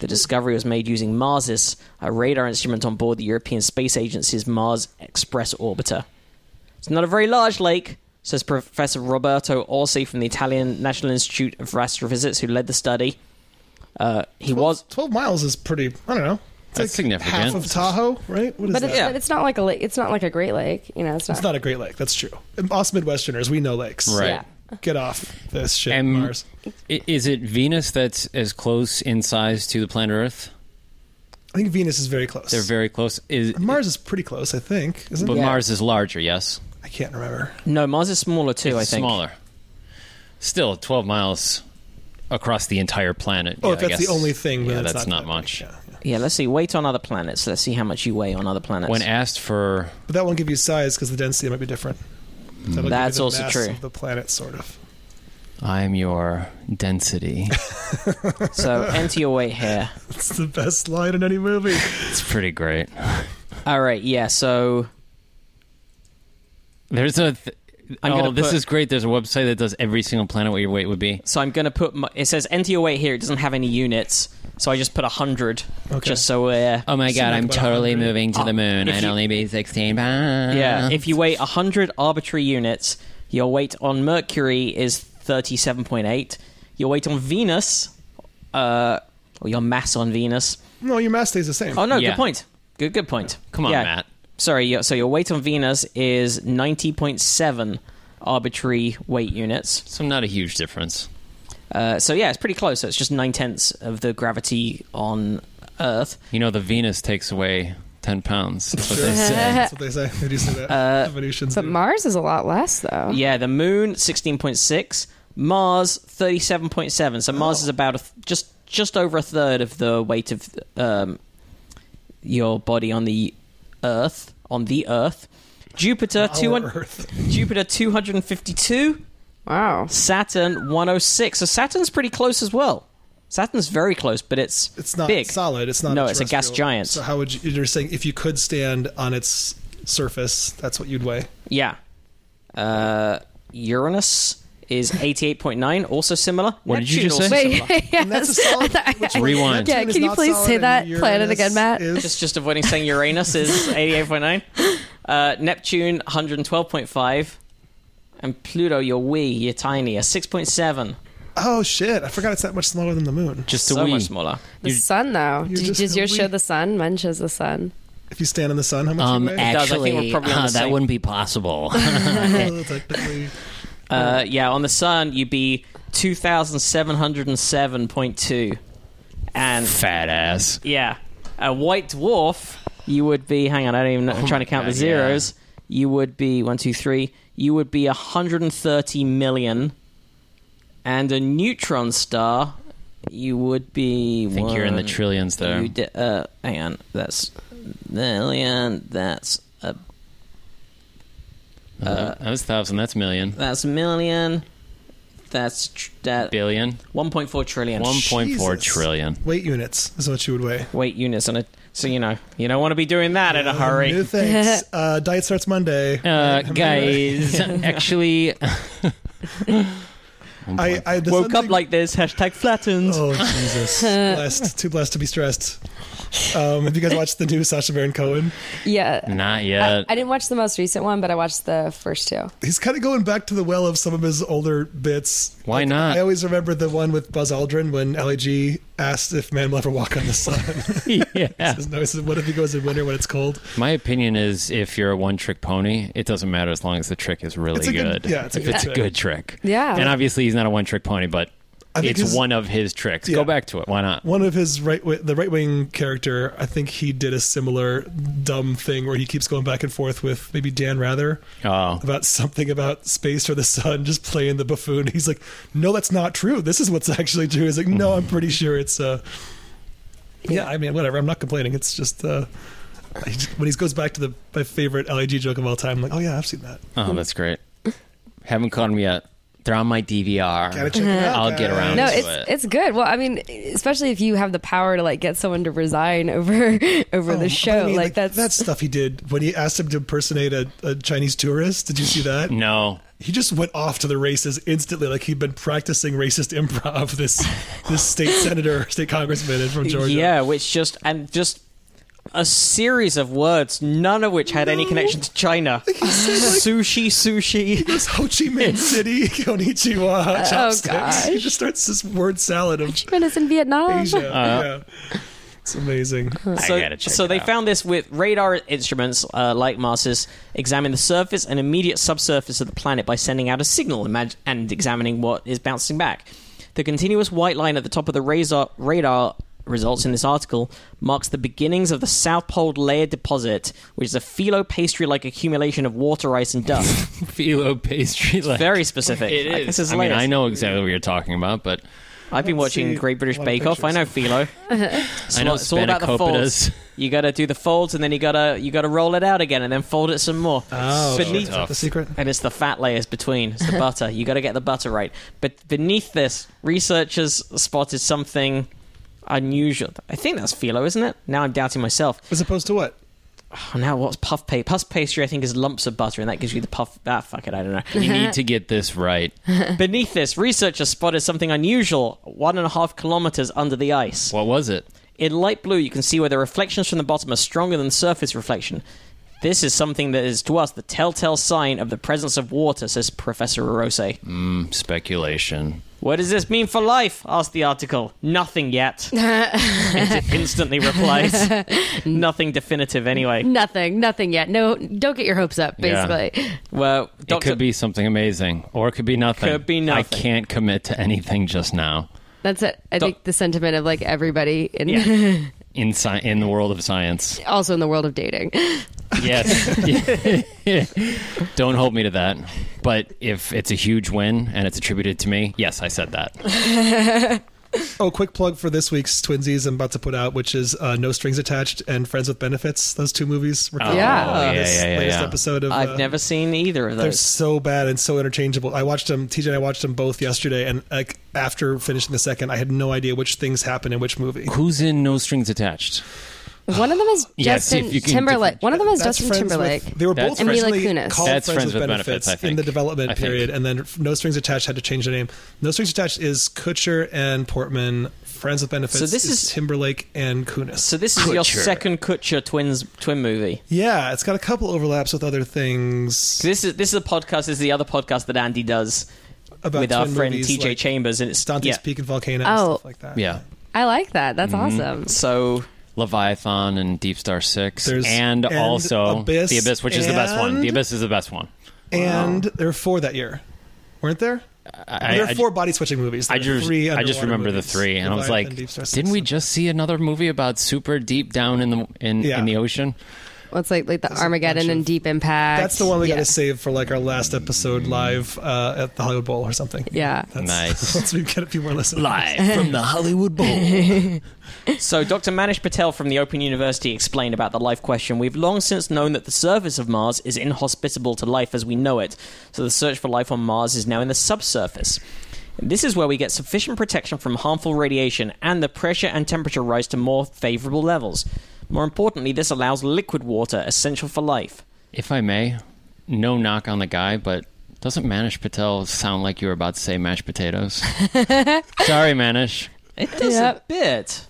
[SPEAKER 2] The discovery was made using MARSIS, a radar instrument on board the European Space Agency's Mars Express orbiter. It's not a very large lake, says Professor Roberto Orsi from the Italian National Institute of Astrophysics, who led the study. Uh, he was.
[SPEAKER 3] Twelve miles is pretty. I don't know. It's
[SPEAKER 1] That's significant.
[SPEAKER 3] Half of Tahoe, right? What is
[SPEAKER 4] But
[SPEAKER 3] that?
[SPEAKER 4] it's,
[SPEAKER 2] Yeah.
[SPEAKER 4] but it's not like a lake. It's not like a Great Lake. You know, it's not.
[SPEAKER 3] It's not a great lake. That's true. And Us Midwesterners, we know lakes.
[SPEAKER 1] Right.
[SPEAKER 4] Yeah.
[SPEAKER 3] Get off this shit,
[SPEAKER 1] And
[SPEAKER 3] Mars.
[SPEAKER 1] i- is it Venus that's as close in size to the planet Earth?
[SPEAKER 3] I think Venus is very close.
[SPEAKER 1] They're very close. Is
[SPEAKER 3] Mars is pretty close, I think. Isn't
[SPEAKER 1] but
[SPEAKER 3] it?
[SPEAKER 4] Yeah.
[SPEAKER 1] Mars is larger, yes.
[SPEAKER 3] I can't remember.
[SPEAKER 2] No, Mars is smaller too. I
[SPEAKER 1] It's
[SPEAKER 2] think
[SPEAKER 1] smaller. Still, twelve miles across the entire planet.
[SPEAKER 3] Oh,
[SPEAKER 1] Yeah,
[SPEAKER 3] if
[SPEAKER 1] I
[SPEAKER 3] that's
[SPEAKER 1] guess-
[SPEAKER 3] the only thing, then
[SPEAKER 1] yeah,
[SPEAKER 3] it's
[SPEAKER 1] that's
[SPEAKER 3] not,
[SPEAKER 1] not,
[SPEAKER 3] that big.
[SPEAKER 1] much.
[SPEAKER 3] Yeah, yeah.
[SPEAKER 2] Yeah, let's see. Weight on other planets. Let's see how much you weigh on other planets.
[SPEAKER 1] When asked for
[SPEAKER 3] But that won't give you size because the density might be different. That'll give you
[SPEAKER 2] That's
[SPEAKER 3] the
[SPEAKER 2] also
[SPEAKER 3] mass
[SPEAKER 2] true.
[SPEAKER 3] Of the planet, sort of.
[SPEAKER 1] "I'm your density,"
[SPEAKER 2] so enter your weight here.
[SPEAKER 3] It's the best line in any movie.
[SPEAKER 1] it's pretty great.
[SPEAKER 2] All right. Yeah. So
[SPEAKER 1] There's a. Th-
[SPEAKER 2] I'm
[SPEAKER 1] oh,
[SPEAKER 2] gonna
[SPEAKER 1] this
[SPEAKER 2] put-
[SPEAKER 1] is great. There's a website that does every single planet what your weight would be.
[SPEAKER 2] so I'm gonna put. My, it says enter your weight here. It doesn't have any units. So I just put hundred,
[SPEAKER 3] Okay.
[SPEAKER 2] just so we're.
[SPEAKER 1] Oh my
[SPEAKER 3] Seem
[SPEAKER 1] god,
[SPEAKER 3] like
[SPEAKER 1] I'm
[SPEAKER 3] about
[SPEAKER 1] totally
[SPEAKER 3] 100.
[SPEAKER 1] moving to
[SPEAKER 2] Oh,
[SPEAKER 1] the moon.
[SPEAKER 2] if
[SPEAKER 1] I'd
[SPEAKER 2] you-
[SPEAKER 1] only be 16 pounds.
[SPEAKER 2] yeah. Uh, If you weigh hundred arbitrary units, your weight on Mercury is thirty-seven point eight. Your weight on Venus, uh, or your mass on Venus.
[SPEAKER 3] No, your mass stays the same.
[SPEAKER 2] Oh no,
[SPEAKER 1] Yeah.
[SPEAKER 2] good point. Good, good point.
[SPEAKER 1] Come on,
[SPEAKER 2] Yeah.
[SPEAKER 1] Matt.
[SPEAKER 2] Sorry, your- so your weight on Venus is ninety point seven arbitrary weight units.
[SPEAKER 1] So not a huge difference.
[SPEAKER 2] Uh, so yeah, it's pretty close. So it's just nine tenths of the gravity on Earth.
[SPEAKER 1] You know, the Venus takes away 10 pounds. That's what they
[SPEAKER 3] Sure.
[SPEAKER 1] say.
[SPEAKER 3] That's what they say. They do say that.
[SPEAKER 2] Uh,
[SPEAKER 3] Evolutions
[SPEAKER 4] But
[SPEAKER 3] do.
[SPEAKER 4] Mars is a lot less, though.
[SPEAKER 2] Yeah, the Moon sixteen point six, Mars thirty seven point seven. So Mars
[SPEAKER 3] Oh.
[SPEAKER 2] is about a th- just just over a third of the weight of um, your body on the Earth on the Earth. Jupiter
[SPEAKER 3] Our
[SPEAKER 2] two hundred
[SPEAKER 3] Earth.
[SPEAKER 2] Jupiter two hundred and fifty two.
[SPEAKER 4] Wow.
[SPEAKER 2] Saturn 106. So Saturn's pretty close as well. Saturn's very close, but it's
[SPEAKER 3] It's not
[SPEAKER 2] big.
[SPEAKER 3] solid. It's not.
[SPEAKER 2] No, it's a gas
[SPEAKER 3] terrestrial.
[SPEAKER 2] giant.
[SPEAKER 3] So how would you? You're saying if you could stand on its surface, that's what you'd weigh.
[SPEAKER 2] Yeah. Uh, Uranus is 88.9. Also similar.
[SPEAKER 1] What did you
[SPEAKER 2] Neptune
[SPEAKER 1] just
[SPEAKER 2] also
[SPEAKER 1] say?
[SPEAKER 4] Wait,
[SPEAKER 2] similar.
[SPEAKER 4] yes.
[SPEAKER 3] And that's a solid. which one?
[SPEAKER 1] Rewind.
[SPEAKER 4] Yeah,
[SPEAKER 3] Neptune is
[SPEAKER 4] can you
[SPEAKER 3] not
[SPEAKER 4] please
[SPEAKER 3] solid
[SPEAKER 4] say
[SPEAKER 3] and
[SPEAKER 4] that planet
[SPEAKER 3] Uranus
[SPEAKER 4] again, Matt?
[SPEAKER 3] is-
[SPEAKER 2] Just, just avoiding saying Uranus is 88.9. Uh, Neptune 112.5. And Pluto, your wee, you're tiny, a 6.7.
[SPEAKER 3] oh shit! I forgot it's that much smaller than the moon.
[SPEAKER 1] Just a
[SPEAKER 2] So
[SPEAKER 1] wee.
[SPEAKER 2] much smaller.
[SPEAKER 4] The sun, though.
[SPEAKER 3] you're
[SPEAKER 4] Did-
[SPEAKER 3] just
[SPEAKER 4] Does
[SPEAKER 3] a
[SPEAKER 4] yours
[SPEAKER 3] wee-
[SPEAKER 4] show the sun? Mine shows the sun.
[SPEAKER 3] If you stand in the sun, how much?
[SPEAKER 1] Um,
[SPEAKER 3] you weigh?
[SPEAKER 2] does. I think we're
[SPEAKER 1] actually,
[SPEAKER 2] probably on
[SPEAKER 1] uh,
[SPEAKER 2] the
[SPEAKER 1] that
[SPEAKER 2] same-
[SPEAKER 1] wouldn't be possible.
[SPEAKER 3] Oh, technically.
[SPEAKER 2] Uh, yeah, on the sun, you'd be 2,707.2. And
[SPEAKER 1] Fat ass.
[SPEAKER 2] Yeah. A white dwarf, you would be. Hang on, I don't even know. I'm trying to count
[SPEAKER 1] God,
[SPEAKER 2] the zeros. You would be one, two, three. You would be 130 million. And a neutron star, you would be.
[SPEAKER 1] I think you're in the trillions there.
[SPEAKER 2] You di- uh, hang on, that's million. That's a
[SPEAKER 1] Uh, that was thousand. That's million.
[SPEAKER 2] that's a million. That's tr- that
[SPEAKER 1] Billion.
[SPEAKER 2] 1.4 trillion.
[SPEAKER 1] 1.4
[SPEAKER 3] Jesus.
[SPEAKER 1] trillion.
[SPEAKER 3] Weight units is what you would weigh.
[SPEAKER 2] Weight units on it. So you know you don't want to be doing that in a
[SPEAKER 3] New
[SPEAKER 2] hurry.
[SPEAKER 3] things. uh, diet starts Monday.
[SPEAKER 1] Uh, guys, actually,
[SPEAKER 3] I, I the
[SPEAKER 2] Woke
[SPEAKER 3] sun
[SPEAKER 2] up
[SPEAKER 3] thing-
[SPEAKER 2] like this. Hashtag flattened.
[SPEAKER 3] Oh Jesus! blessed, too blessed to be stressed. Um, have you guys watched the new Sasha Baron Cohen?
[SPEAKER 4] Yeah.
[SPEAKER 1] not
[SPEAKER 4] I,
[SPEAKER 1] yet.
[SPEAKER 4] I didn't watch the most recent one, but I watched the first two.
[SPEAKER 3] He's kind of going back to the well of some of his older bits.
[SPEAKER 1] Why not?
[SPEAKER 3] I always remember the one with Buzz Aldrin when LEG asked if man will ever walk on the sun.
[SPEAKER 1] yeah.
[SPEAKER 3] His nose said, what if he goes in winter when it's cold?
[SPEAKER 1] My opinion is if you're a one trick pony, it doesn't matter as long as the trick is really
[SPEAKER 3] It's a good-
[SPEAKER 1] good.
[SPEAKER 3] yeah, it's a
[SPEAKER 1] if
[SPEAKER 3] good
[SPEAKER 1] it's
[SPEAKER 3] trick.
[SPEAKER 1] a good trick.
[SPEAKER 4] Yeah.
[SPEAKER 1] And obviously, he's not a one trick pony, but
[SPEAKER 3] I think
[SPEAKER 1] it's
[SPEAKER 3] his-
[SPEAKER 1] one of his tricks.
[SPEAKER 3] Yeah.
[SPEAKER 1] Go back to it. Why not?
[SPEAKER 3] One of his right, wi- the right wing character, I think he did a similar dumb thing where he keeps going back and forth with maybe Dan Rather
[SPEAKER 1] Oh.
[SPEAKER 3] about something about space or the sun, just playing the buffoon. He's like, no, that's not true. This is what's actually true. He's like, no, I'm pretty sure it's. Uh, yeah, I mean, whatever. I'm not complaining. It's just uh, I just- when he goes back to the my favorite Leg joke of all time. I'm like, oh yeah, I've seen that.
[SPEAKER 1] Oh, that's great. Haven't caught him yet. They're on my DVR.
[SPEAKER 3] Gotta check it out,
[SPEAKER 1] I'll get
[SPEAKER 3] guys.
[SPEAKER 1] around
[SPEAKER 4] Uh-huh. No,
[SPEAKER 1] to
[SPEAKER 4] it's
[SPEAKER 1] it.
[SPEAKER 4] it's good. Well, I mean, especially if you have the power to like get someone to resign over over
[SPEAKER 3] Oh, but I
[SPEAKER 4] the show,
[SPEAKER 3] mean,
[SPEAKER 4] like, that's
[SPEAKER 3] that stuff he did when he asked him to impersonate a, a Chinese tourist. Did you see that?
[SPEAKER 1] no.
[SPEAKER 3] He just went off to the races instantly, like he'd been practicing racist improv. This this state senator, state congressman from Georgia.
[SPEAKER 2] Yeah, which just and just a series of words, none of which had any connection to China. sushi, sushi.
[SPEAKER 3] It's Ho Chi Minh City, Konnichiwa, chopsticks.
[SPEAKER 4] gosh. Uh-huh.
[SPEAKER 3] He just starts this word salad of
[SPEAKER 4] Richmond is in Vietnam.
[SPEAKER 3] Asia. yeah. It's amazing.
[SPEAKER 2] So,
[SPEAKER 1] gotta check
[SPEAKER 2] so
[SPEAKER 1] it
[SPEAKER 2] they
[SPEAKER 1] out.
[SPEAKER 2] found this with radar instruments uh, like Mars's examine the surface and immediate subsurface of the planet by sending out a signal imag- and examining what is bouncing back. The continuous white line at the top of the razor, radar results in this article marks the beginnings of the South Pole Layer Deposit, which is a phyllo pastry like accumulation of water ice and dust.
[SPEAKER 1] phyllo pastry. Like,
[SPEAKER 2] Very specific.
[SPEAKER 1] It
[SPEAKER 2] Like,
[SPEAKER 1] is.
[SPEAKER 2] this is
[SPEAKER 1] I mean,
[SPEAKER 2] layers.
[SPEAKER 1] I know exactly what you're talking about, but
[SPEAKER 2] I've been
[SPEAKER 3] Let's
[SPEAKER 2] watching
[SPEAKER 3] see
[SPEAKER 2] Great British
[SPEAKER 3] a lot of
[SPEAKER 2] Bake Off. I know phyllo.
[SPEAKER 1] I know
[SPEAKER 2] It's all about the folds.
[SPEAKER 1] spanakopita's.
[SPEAKER 2] You got to do the folds, and then you got to you got to roll it out again, and then fold it some more.
[SPEAKER 3] Oh,
[SPEAKER 2] beneath,
[SPEAKER 3] is that the secret?
[SPEAKER 2] and it's the fat layers between. It's the butter. You got to get the butter right. But beneath this, researchers spotted something unusual. I think that's phyllo, isn't it? Now I'm doubting myself.
[SPEAKER 3] As opposed to what?
[SPEAKER 2] Oh, now what's puff pastry? Puff pastry, I think, is lumps of butter, and that gives you the puff. Ah, fuck it, I don't know.
[SPEAKER 1] You need to get this right.
[SPEAKER 2] Beneath this, researchers spotted something unusual one and a half kilometers under the ice.
[SPEAKER 1] What was it?
[SPEAKER 2] In light blue, you can see where the reflections from the bottom are stronger than surface reflection. This is something that is to us the telltale sign of the presence of water, says Professor Arose.
[SPEAKER 1] Mm, speculation.
[SPEAKER 2] What does this mean for life? asked the article. Nothing yet. it instantly replies. Nothing definitive, anyway.
[SPEAKER 5] Nothing, nothing yet. No, don't get your hopes up.
[SPEAKER 1] Yeah.
[SPEAKER 5] Basically,
[SPEAKER 2] Well,
[SPEAKER 1] It
[SPEAKER 2] Dr.
[SPEAKER 1] could be something amazing, or it could be nothing.
[SPEAKER 2] Could be nothing.
[SPEAKER 1] I can't commit to anything just now.
[SPEAKER 5] that's it. I
[SPEAKER 2] Don't-
[SPEAKER 5] think the sentiment of like everybody, in,
[SPEAKER 2] Yeah.
[SPEAKER 1] In sci- in the world of science,
[SPEAKER 5] also in the world of dating.
[SPEAKER 1] yes. Don't hold me to that. But if it's a huge win and it's attributed to me, yes, I said that.
[SPEAKER 3] Oh, quick plug for this week's Twinsies I'm about to put out, which is uh, No Strings Attached and Friends with Benefits. Those two movies were covered
[SPEAKER 1] Yeah.
[SPEAKER 3] on
[SPEAKER 1] Yeah,
[SPEAKER 3] this
[SPEAKER 1] yeah, yeah,
[SPEAKER 3] latest
[SPEAKER 1] yeah.
[SPEAKER 3] episode of. uh,
[SPEAKER 2] I've never seen either of
[SPEAKER 3] They're
[SPEAKER 2] those.
[SPEAKER 3] so bad and so interchangeable. I watched them. TJ and I watched them both yesterday, and like after finishing the second, I had no idea which things happened in which movie.
[SPEAKER 1] Who's in No Strings Attached?
[SPEAKER 5] One of them is
[SPEAKER 1] Yes,
[SPEAKER 5] Justin
[SPEAKER 1] if you can
[SPEAKER 5] Timberlake.
[SPEAKER 1] differentiate-
[SPEAKER 5] One of them is
[SPEAKER 3] That's
[SPEAKER 5] Justin
[SPEAKER 3] Friends
[SPEAKER 5] Timberlake.
[SPEAKER 3] With, they were
[SPEAKER 1] That's
[SPEAKER 3] both
[SPEAKER 1] Friends-
[SPEAKER 3] originally
[SPEAKER 5] Emilia Kunis.
[SPEAKER 3] called
[SPEAKER 1] That's
[SPEAKER 3] Friends, with, Benefits,
[SPEAKER 1] I
[SPEAKER 3] in
[SPEAKER 1] think.
[SPEAKER 3] the development
[SPEAKER 1] I think.
[SPEAKER 3] period, and then No Strings Attached had to change the name. No Strings Attached is Kutcher and Portman. Friends with Benefits
[SPEAKER 2] So this is-
[SPEAKER 3] Timberlake and Kunis.
[SPEAKER 2] so this is your
[SPEAKER 1] Kutcher.
[SPEAKER 2] second Kutcher twins twin movie.
[SPEAKER 3] yeah, it's got a couple overlaps with other things
[SPEAKER 2] This is this is a podcast. This is the other podcast that Andy does
[SPEAKER 3] about
[SPEAKER 2] with our
[SPEAKER 3] twin
[SPEAKER 2] friend
[SPEAKER 3] movies,
[SPEAKER 2] TJ
[SPEAKER 3] like
[SPEAKER 2] Chambers, and it's
[SPEAKER 3] Dante's
[SPEAKER 2] yeah.
[SPEAKER 3] Peak and Volcano and
[SPEAKER 5] Oh.
[SPEAKER 3] stuff like that.
[SPEAKER 1] Yeah.
[SPEAKER 5] I like that. That's
[SPEAKER 1] Mm-hmm.
[SPEAKER 5] awesome.
[SPEAKER 2] So
[SPEAKER 1] Leviathan and Deep Star Six,
[SPEAKER 3] There's-
[SPEAKER 1] and,
[SPEAKER 3] and
[SPEAKER 1] also
[SPEAKER 3] Abyss,
[SPEAKER 1] the Abyss, which is the best one.
[SPEAKER 3] and-
[SPEAKER 1] The Abyss is the best one.
[SPEAKER 3] and there were four that year, weren't there?
[SPEAKER 1] I,
[SPEAKER 3] there
[SPEAKER 1] I-
[SPEAKER 3] are four body switching movies. There
[SPEAKER 1] I
[SPEAKER 3] are
[SPEAKER 1] just,
[SPEAKER 3] three
[SPEAKER 1] I just
[SPEAKER 3] underwater
[SPEAKER 1] remember
[SPEAKER 3] movies.
[SPEAKER 1] the three, and I was
[SPEAKER 3] Leviathan,
[SPEAKER 1] like,
[SPEAKER 3] Deep Star Six,
[SPEAKER 1] didn't we
[SPEAKER 3] and-
[SPEAKER 1] just see another movie about super deep down in the in,
[SPEAKER 3] Yeah.
[SPEAKER 1] in the ocean?
[SPEAKER 5] Well, it's like like the
[SPEAKER 3] a bunch
[SPEAKER 5] Armageddon and
[SPEAKER 3] of-
[SPEAKER 5] Deep Impact.
[SPEAKER 3] That's the one we
[SPEAKER 5] yeah.
[SPEAKER 3] got to save for like our last episode live uh, at the Hollywood Bowl or something.
[SPEAKER 5] Yeah.
[SPEAKER 3] That's,
[SPEAKER 1] Nice.
[SPEAKER 3] Once we get a few more listeners.
[SPEAKER 1] Live from the Hollywood Bowl.
[SPEAKER 2] So, Dr. Manish Patel from the Open University explained about the life question. We've long since known that the surface of Mars is inhospitable to life as we know it, so the search for life on Mars is now in the subsurface. And this is where we get sufficient protection from harmful radiation and the pressure and temperature rise to more favorable levels. More importantly, this allows liquid water, essential for life.
[SPEAKER 1] if I may, no knock on the guy, but doesn't Manish Patel sound like you were about to say mashed potatoes? Sorry, Manish.
[SPEAKER 2] It does
[SPEAKER 5] Yep.
[SPEAKER 2] a bit.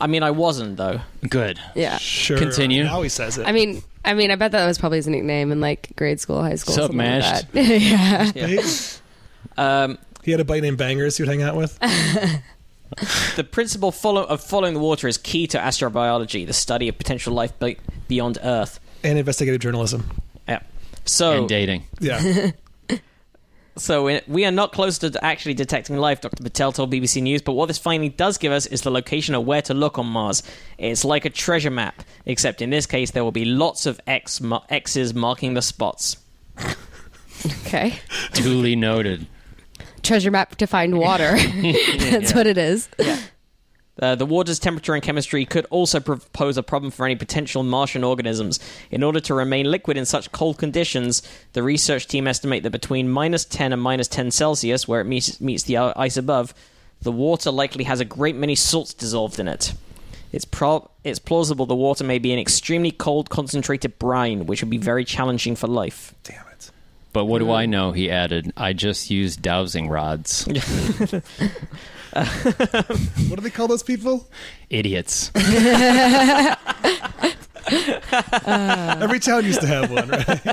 [SPEAKER 2] I mean, I wasn't, though.
[SPEAKER 1] Good.
[SPEAKER 5] Yeah.
[SPEAKER 3] Sure.
[SPEAKER 1] Continue.
[SPEAKER 3] Now he says it.
[SPEAKER 5] I mean, I mean, I bet that was probably his nickname in like grade school, high school.
[SPEAKER 1] Sup,
[SPEAKER 5] something like
[SPEAKER 1] mashed?
[SPEAKER 5] that. yeah.
[SPEAKER 2] Um,
[SPEAKER 3] he had a buddy named Bangers he would hang out with.
[SPEAKER 2] The principle follow- of following the water is key to astrobiology, the study of potential life be- beyond Earth.
[SPEAKER 3] and investigative journalism.
[SPEAKER 2] Yeah. So,
[SPEAKER 3] Oh.
[SPEAKER 1] And dating.
[SPEAKER 3] Yeah.
[SPEAKER 2] so we- we are not close to actually detecting life, Dr. Patel told BBC News, but what this finding does give us is the location of where to look on Mars. It's like a treasure map, except in this case, there will be lots of X mar- X's marking the spots.
[SPEAKER 5] Okay.
[SPEAKER 1] Duly noted.
[SPEAKER 5] Treasure map to find water. That's what it is.
[SPEAKER 2] Uh, the water's temperature and chemistry could also pro- pose a problem for any potential Martian organisms. In order to remain liquid in such cold conditions, the research team estimate that between minus 10 and minus 10 Celsius, where it meets, meets the i- ice above, the water likely has a great many salts dissolved in it. It's, pro- it's plausible the water may be an extremely cold, concentrated brine, which would be very challenging for life.
[SPEAKER 3] Damn it.
[SPEAKER 1] But what do I know? He added, I just used dowsing rods.
[SPEAKER 3] What do they call those people?
[SPEAKER 1] Idiots.
[SPEAKER 3] Uh,
[SPEAKER 5] Uh.
[SPEAKER 3] Every town used to have one, right?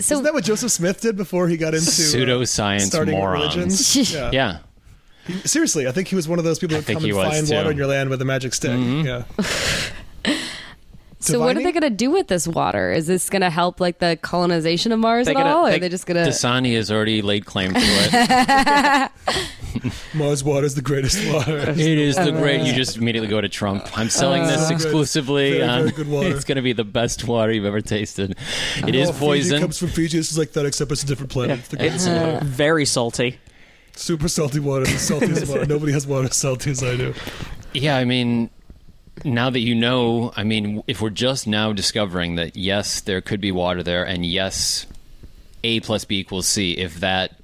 [SPEAKER 5] So
[SPEAKER 3] Isn't that what Joseph Smith did before he got into uh,
[SPEAKER 1] Pseudoscience
[SPEAKER 3] starting
[SPEAKER 1] morons.
[SPEAKER 3] religions? Yeah.
[SPEAKER 1] Yeah.
[SPEAKER 3] Seriously, I think he was one of those people
[SPEAKER 1] I
[SPEAKER 3] that come and
[SPEAKER 1] think he was,
[SPEAKER 3] find
[SPEAKER 1] too. Mm-hmm.
[SPEAKER 3] water in your land with a magic stick. Yeah.
[SPEAKER 5] So what are they
[SPEAKER 3] Divining?
[SPEAKER 5] going to do with this water? Is this going to help like the colonization of Mars
[SPEAKER 2] They're
[SPEAKER 5] at
[SPEAKER 2] gonna-
[SPEAKER 5] all? Or
[SPEAKER 2] they-
[SPEAKER 5] are they just going to?
[SPEAKER 1] Dasani has already laid claim to it.
[SPEAKER 3] Mars water is the greatest water.
[SPEAKER 1] It is the great. You just immediately go to Trump. I'm selling this exclusively.
[SPEAKER 3] Uh, Very, very
[SPEAKER 1] on-
[SPEAKER 3] good water.
[SPEAKER 1] It's going to be the best water you've ever tasted. It is
[SPEAKER 3] Oh, Fiji
[SPEAKER 1] poison.
[SPEAKER 3] comes from Fiji. This is like that, except it's a different planet. It's the greatest water.
[SPEAKER 2] Very salty.
[SPEAKER 3] Super salty water. The saltiest water. Nobody has water as salty as I do.
[SPEAKER 1] Yeah, I mean, now that you know, I mean, if we're just now discovering that yes, there could be water there, and yes, A plus B equals C, if that.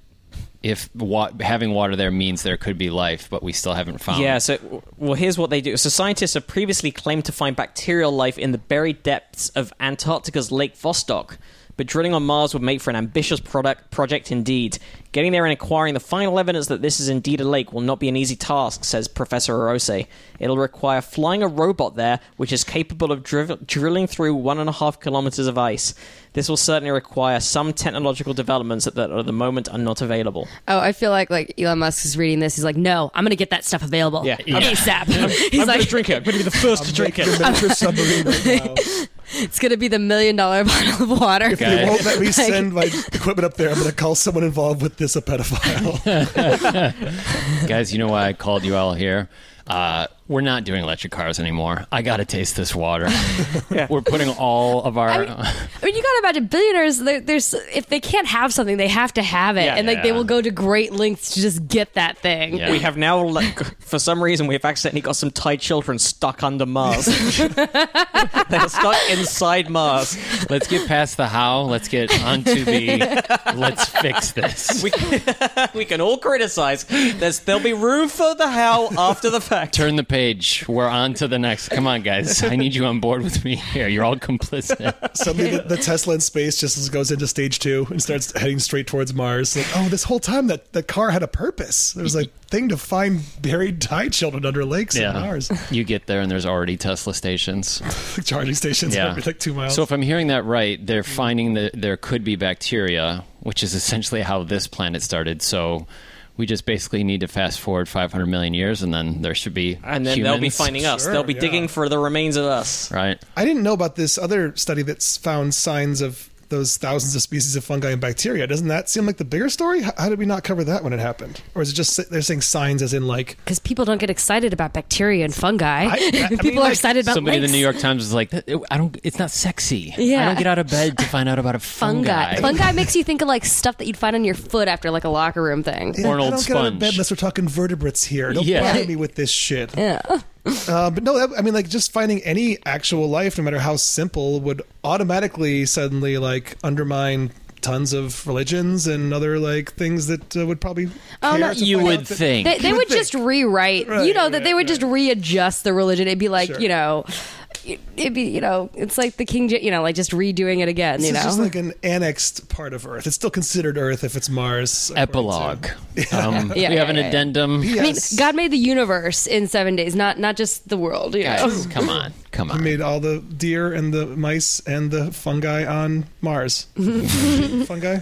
[SPEAKER 1] If wa- having water there means there could be life, but we still haven't found.
[SPEAKER 2] Yeah, so, well, here's what they do. So, scientists have previously claimed to find bacterial life in the buried depths of Antarctica's Lake Vostok, but drilling on Mars would make for an ambitious product project indeed. Getting there and acquiring the final evidence that this is indeed a lake will not be an easy task, says Professor Arose. It'll require flying a robot there, which is capable of driv- drilling through one and a half kilometers of ice. This will certainly require some technological developments that, that at the moment are not available.
[SPEAKER 5] Oh, I feel like like Elon Musk is reading this. He's like, no, I'm gonna get that stuff available
[SPEAKER 2] Yeah. Yeah.
[SPEAKER 5] ASAP. He's
[SPEAKER 2] I'm
[SPEAKER 5] like,
[SPEAKER 2] gonna drink it. I'm gonna be the first to drink it.
[SPEAKER 3] The miniature submarine right now.
[SPEAKER 5] it's gonna be the million dollar bottle of water.
[SPEAKER 3] If they
[SPEAKER 1] Guys.
[SPEAKER 3] won't let me send my equipment up there, I'm going to call someone involved with this a pedophile.
[SPEAKER 1] Guys, you know why I called you all here? Uh, we're not doing electric cars anymore. I got to taste this water. We're putting all of our.
[SPEAKER 5] I mean, you got to imagine billionaires. they there's if they can't have something, they have to have it,
[SPEAKER 2] Yeah.
[SPEAKER 5] and like they
[SPEAKER 1] Yeah.
[SPEAKER 5] will go to great lengths to just get that thing.
[SPEAKER 1] Yeah.
[SPEAKER 2] We have now, like, for some reason, we have accidentally got some Thai children stuck under Mars. They're stuck inside Mars.
[SPEAKER 1] Let's get past the how. Let's get onto the. let's fix this.
[SPEAKER 2] We can, we can all criticize. There's, there'll be room for the how after the fact.
[SPEAKER 1] Turn the page. We're on to the next. Come on, guys. I need you on board with me here. You're all complicit.
[SPEAKER 3] Suddenly, the, the Tesla in space just goes into stage two and starts heading straight towards Mars. Like, oh, this whole time that the car had a purpose. There was a thing to find buried Thai children under lakes in Mars.
[SPEAKER 1] You get there and there's already Tesla stations.
[SPEAKER 3] Like charging stations
[SPEAKER 1] Yeah.
[SPEAKER 3] every like two miles.
[SPEAKER 1] So if I'm hearing that right, they're finding that there could be bacteria, which is essentially how this planet started. So we just basically need to fast forward 500 million years and then there should be
[SPEAKER 2] and then they'll be
[SPEAKER 1] humans.
[SPEAKER 2] finding us.
[SPEAKER 3] Sure,
[SPEAKER 2] they'll be
[SPEAKER 3] yeah.
[SPEAKER 2] digging for the remains of us.
[SPEAKER 1] right
[SPEAKER 3] I didn't know about this other study that's found signs of those thousands of species of fungi and bacteria. Doesn't that seem like the bigger story? How, how did we not cover that when it happened? Or is it just they're saying signs as in like
[SPEAKER 5] Because people don't get excited about bacteria and fungi.
[SPEAKER 3] I mean,
[SPEAKER 5] people are
[SPEAKER 3] like,
[SPEAKER 5] excited about
[SPEAKER 1] Somebody in
[SPEAKER 5] lakes.
[SPEAKER 1] the New York Times was like, "That- it- "I don't. It's not sexy. I
[SPEAKER 5] Yeah.
[SPEAKER 1] don't get out of bed to find out about a fungi."
[SPEAKER 5] fungi. Fungi makes you think of like stuff that you'd find on your foot after like a locker room thing.
[SPEAKER 3] Yeah,
[SPEAKER 1] Or an
[SPEAKER 3] I
[SPEAKER 1] old
[SPEAKER 3] don't get out of
[SPEAKER 1] sponge.
[SPEAKER 3] bed unless we're talking vertebrates here. Don't
[SPEAKER 1] Yeah.
[SPEAKER 3] bother me with this shit. Yeah. Uh, but no, that- I mean, like, just finding any actual life, no matter how simple, would automatically suddenly like undermine tons of religions and other like things that uh, would probably.
[SPEAKER 5] Oh, no,
[SPEAKER 3] care to
[SPEAKER 1] You
[SPEAKER 3] find
[SPEAKER 1] would
[SPEAKER 3] out that-
[SPEAKER 1] think.
[SPEAKER 5] They, they
[SPEAKER 3] would
[SPEAKER 5] would just rewrite.
[SPEAKER 3] Right,
[SPEAKER 5] you know that
[SPEAKER 3] right,
[SPEAKER 5] they would
[SPEAKER 3] right.
[SPEAKER 5] just readjust the religion. It'd be like
[SPEAKER 3] Sure.
[SPEAKER 5] you know, it'd be you know, it's like the King. Ja- You know, like just redoing it again.
[SPEAKER 3] This
[SPEAKER 5] you know,
[SPEAKER 3] is just like an annexed part of Earth. It's still considered Earth if it's Mars. according to-
[SPEAKER 1] Epilogue. Um,
[SPEAKER 5] Yeah,
[SPEAKER 1] we have an
[SPEAKER 5] yeah, yeah.
[SPEAKER 1] addendum.
[SPEAKER 5] I mean,
[SPEAKER 3] Yes.
[SPEAKER 5] God made the universe in seven days, not not just the world. You know?
[SPEAKER 1] Guys, come on, come on.
[SPEAKER 3] made all the deer and the mice and the fungi on Mars. fungi?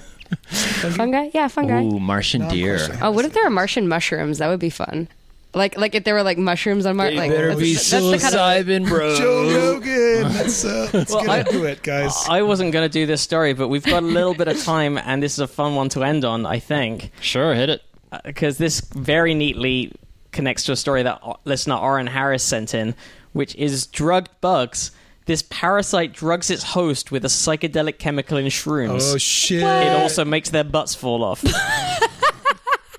[SPEAKER 5] fungi, yeah, fungi.
[SPEAKER 1] Ooh, Martian deer.
[SPEAKER 5] Oh, what if there are Martian mushrooms? That would be fun. Like like if there were like mushrooms on Mars. Like, that's- that's the kind of-
[SPEAKER 1] bro.
[SPEAKER 3] Joe Rogan. Let's, uh, let's
[SPEAKER 2] Well,
[SPEAKER 3] get
[SPEAKER 2] I-
[SPEAKER 3] into it, guys.
[SPEAKER 2] I wasn't going to do this story, but we've got a little bit of time, and this is a fun one to end on, I think.
[SPEAKER 1] Sure, hit it.
[SPEAKER 2] because Uh, this very neatly connects to a story that o- listener Oren Harris sent in, which is drugged bugs. This parasite drugs its host with a psychedelic chemical in shrooms.
[SPEAKER 3] Oh shit!
[SPEAKER 2] it also makes their butts fall off.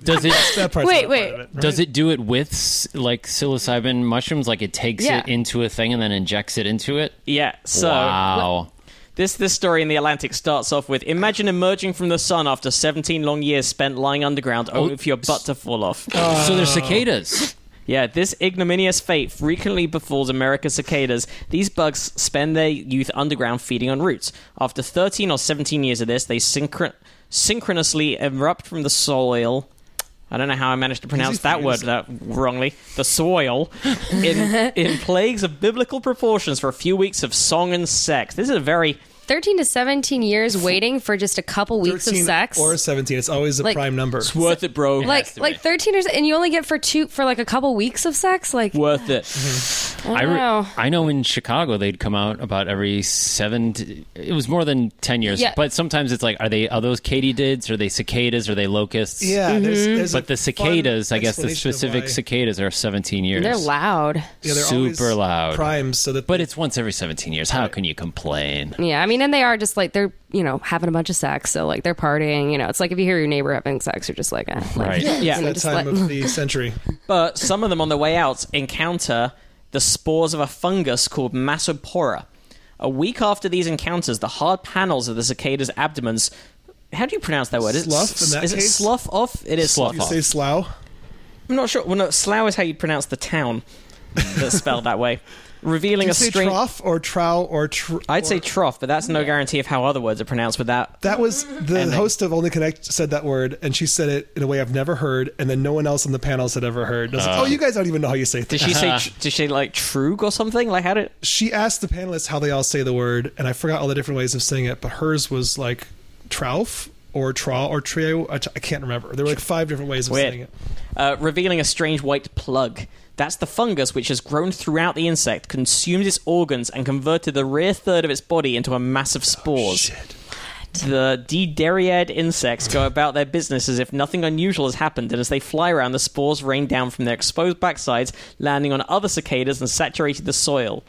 [SPEAKER 1] Does it
[SPEAKER 3] that part's
[SPEAKER 5] Wait,
[SPEAKER 3] not
[SPEAKER 5] wait.
[SPEAKER 3] part of it, right?
[SPEAKER 1] does it do it with s- like psilocybin mushrooms? Like it takes
[SPEAKER 5] Yeah.
[SPEAKER 1] it into a thing and then injects it into it?
[SPEAKER 2] yeah, so
[SPEAKER 1] wow.
[SPEAKER 2] This this story in the Atlantic starts off with imagine emerging from the sun after 17 long years spent lying underground only for your butt to fall off.
[SPEAKER 1] So they're cicadas.
[SPEAKER 2] Yeah, this ignominious fate frequently befalls America's cicadas. These bugs spend their youth underground feeding on roots. After 13 or 17 years of this, they synchron- synchronously erupt from the soil. I don't know how I managed to pronounce that word that wrongly. The soil in in plagues of biblical proportions for a few weeks of song and sex. This is a very
[SPEAKER 5] 13 to 17 years waiting for just a couple weeks of
[SPEAKER 3] 13
[SPEAKER 5] sex.
[SPEAKER 3] or 17. It's always a
[SPEAKER 5] Like-
[SPEAKER 3] prime number.
[SPEAKER 6] It's worth it, bro.
[SPEAKER 1] has
[SPEAKER 5] like
[SPEAKER 1] to
[SPEAKER 5] like
[SPEAKER 1] be.
[SPEAKER 5] 13 years and you only get for two for like a couple weeks of sex like
[SPEAKER 6] worth it.
[SPEAKER 5] I
[SPEAKER 1] I,
[SPEAKER 5] don't
[SPEAKER 1] re-
[SPEAKER 5] know.
[SPEAKER 1] I know in Chicago they'd come out about every seven. To, it was more than ten years,
[SPEAKER 5] Yeah.
[SPEAKER 1] but sometimes it's like, are they are those katydids? Are they cicadas? Are they locusts?
[SPEAKER 3] Yeah, there's,
[SPEAKER 5] Mm-hmm.
[SPEAKER 3] there's a
[SPEAKER 1] But the
[SPEAKER 3] fun
[SPEAKER 1] cicadas, I guess the
[SPEAKER 3] explanation of
[SPEAKER 1] specific
[SPEAKER 3] why-
[SPEAKER 1] cicadas are seventeen years.
[SPEAKER 5] they're loud.
[SPEAKER 3] Yeah, they're always
[SPEAKER 1] super loud.
[SPEAKER 3] primes, so that
[SPEAKER 1] But it's once every seventeen years. How can you complain?
[SPEAKER 5] Yeah, I mean, and they are just like they're you know having a bunch of sex, so like they're partying. You know, it's like if you hear your neighbor having sex, you're just like, eh, like,
[SPEAKER 1] Right.
[SPEAKER 2] Yeah.
[SPEAKER 3] it's that
[SPEAKER 5] just let-
[SPEAKER 3] time of the century.
[SPEAKER 2] But some of them on their way out encounter the spores of a fungus called Masopora. A week after these encounters, the hard panels of the cicada's abdomens. How do you pronounce that word? Is it
[SPEAKER 3] Slough
[SPEAKER 2] s-
[SPEAKER 3] in that
[SPEAKER 2] is it
[SPEAKER 3] case?
[SPEAKER 2] slough off? It is
[SPEAKER 1] Slough
[SPEAKER 2] slough
[SPEAKER 1] off.
[SPEAKER 2] off.
[SPEAKER 3] Say Slough.
[SPEAKER 2] I'm not sure. Well, no, Slough is how you pronounce the town that's spelled that way. Revealing
[SPEAKER 3] You
[SPEAKER 2] a
[SPEAKER 3] say
[SPEAKER 2] string.
[SPEAKER 3] trough or trow or tr-
[SPEAKER 2] I'd say
[SPEAKER 3] or-
[SPEAKER 2] trough, but that's no guarantee of how other words are pronounced with that.
[SPEAKER 3] that was the host of Only Connect said that word, and she said it in a way I've never heard, and then no one else on the panels had ever heard. And I was like, oh, you guys don't even know how you say
[SPEAKER 2] Uh, Did
[SPEAKER 3] things.
[SPEAKER 2] she say, tr- did she like trug or something? Like, how did.
[SPEAKER 3] She asked the panelists how they all say the word, and I forgot all the different ways of saying it, but hers was like trough or traw or trio. I t- I can't remember. There were like five different ways of saying
[SPEAKER 2] Weird.
[SPEAKER 3] it.
[SPEAKER 2] Uh, revealing a strange white plug. That's the fungus which has grown throughout the insect, consumed its organs, and converted the rear third of its body into a mass of spores.
[SPEAKER 3] Shit.
[SPEAKER 2] the dederiad insects go about their business as if nothing unusual has happened, and as they fly around, the spores rain down from their exposed backsides, landing on other cicadas and saturating the soil.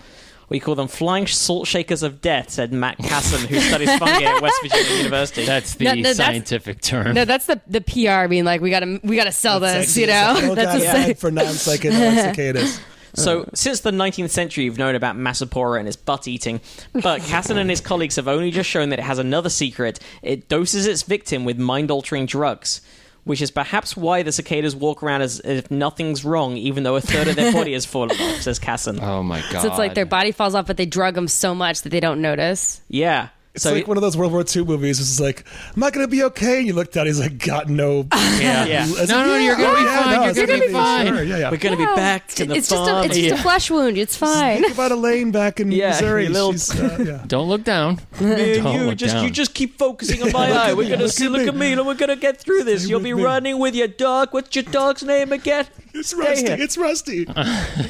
[SPEAKER 2] We call them flying salt shakers of death, said Matt Casson, who studies fungi at West Virginia University.
[SPEAKER 1] That's the
[SPEAKER 5] No, no, that's-
[SPEAKER 1] scientific term.
[SPEAKER 5] No, that's the the PR being like we gotta we gotta sell this, you know.
[SPEAKER 3] Oh,
[SPEAKER 5] that's
[SPEAKER 3] God,
[SPEAKER 5] a
[SPEAKER 3] bad for non-psychedelic cicadas.
[SPEAKER 2] So, since the 19th century, you've known about Massapora and its butt eating, but Casson and his colleagues have only just shown that it has another secret. It doses its victim with mind altering drugs, which is perhaps why the cicadas walk around as if nothing's wrong, even though a third of their body has fallen off, says Casson.
[SPEAKER 1] oh my god!
[SPEAKER 5] So it's like their body falls off, but they drug them so much that they don't notice.
[SPEAKER 2] Yeah.
[SPEAKER 3] It's
[SPEAKER 2] so,
[SPEAKER 3] like one of those World War II movies. It's just like, am I going to be okay? And you look down, he's like, got no. Yeah.
[SPEAKER 2] Yeah.
[SPEAKER 3] It's
[SPEAKER 1] No,
[SPEAKER 3] like,
[SPEAKER 1] no, you're gonna be fine, you're
[SPEAKER 3] it's
[SPEAKER 1] gonna be fine.
[SPEAKER 3] Sure, yeah, yeah.
[SPEAKER 2] we're going to be back to the
[SPEAKER 5] it's just a,
[SPEAKER 2] farm.
[SPEAKER 5] it's just a flesh wound. It's fine.
[SPEAKER 3] Think about Elaine back in
[SPEAKER 2] Yeah,
[SPEAKER 3] Missouri.
[SPEAKER 2] you little-
[SPEAKER 3] She's, uh, yeah.
[SPEAKER 1] Don't look down. Don't
[SPEAKER 2] you
[SPEAKER 1] look
[SPEAKER 2] just
[SPEAKER 1] down.
[SPEAKER 2] you just keep focusing on my eye. We're gonna see. Look at me, and we're gonna get through this.
[SPEAKER 3] Stay
[SPEAKER 2] You'll
[SPEAKER 3] with
[SPEAKER 2] be
[SPEAKER 3] me.
[SPEAKER 2] running with your dog. What's your dog's name again?
[SPEAKER 3] It's
[SPEAKER 2] Stay
[SPEAKER 3] rusty.
[SPEAKER 2] here.
[SPEAKER 3] It's rusty.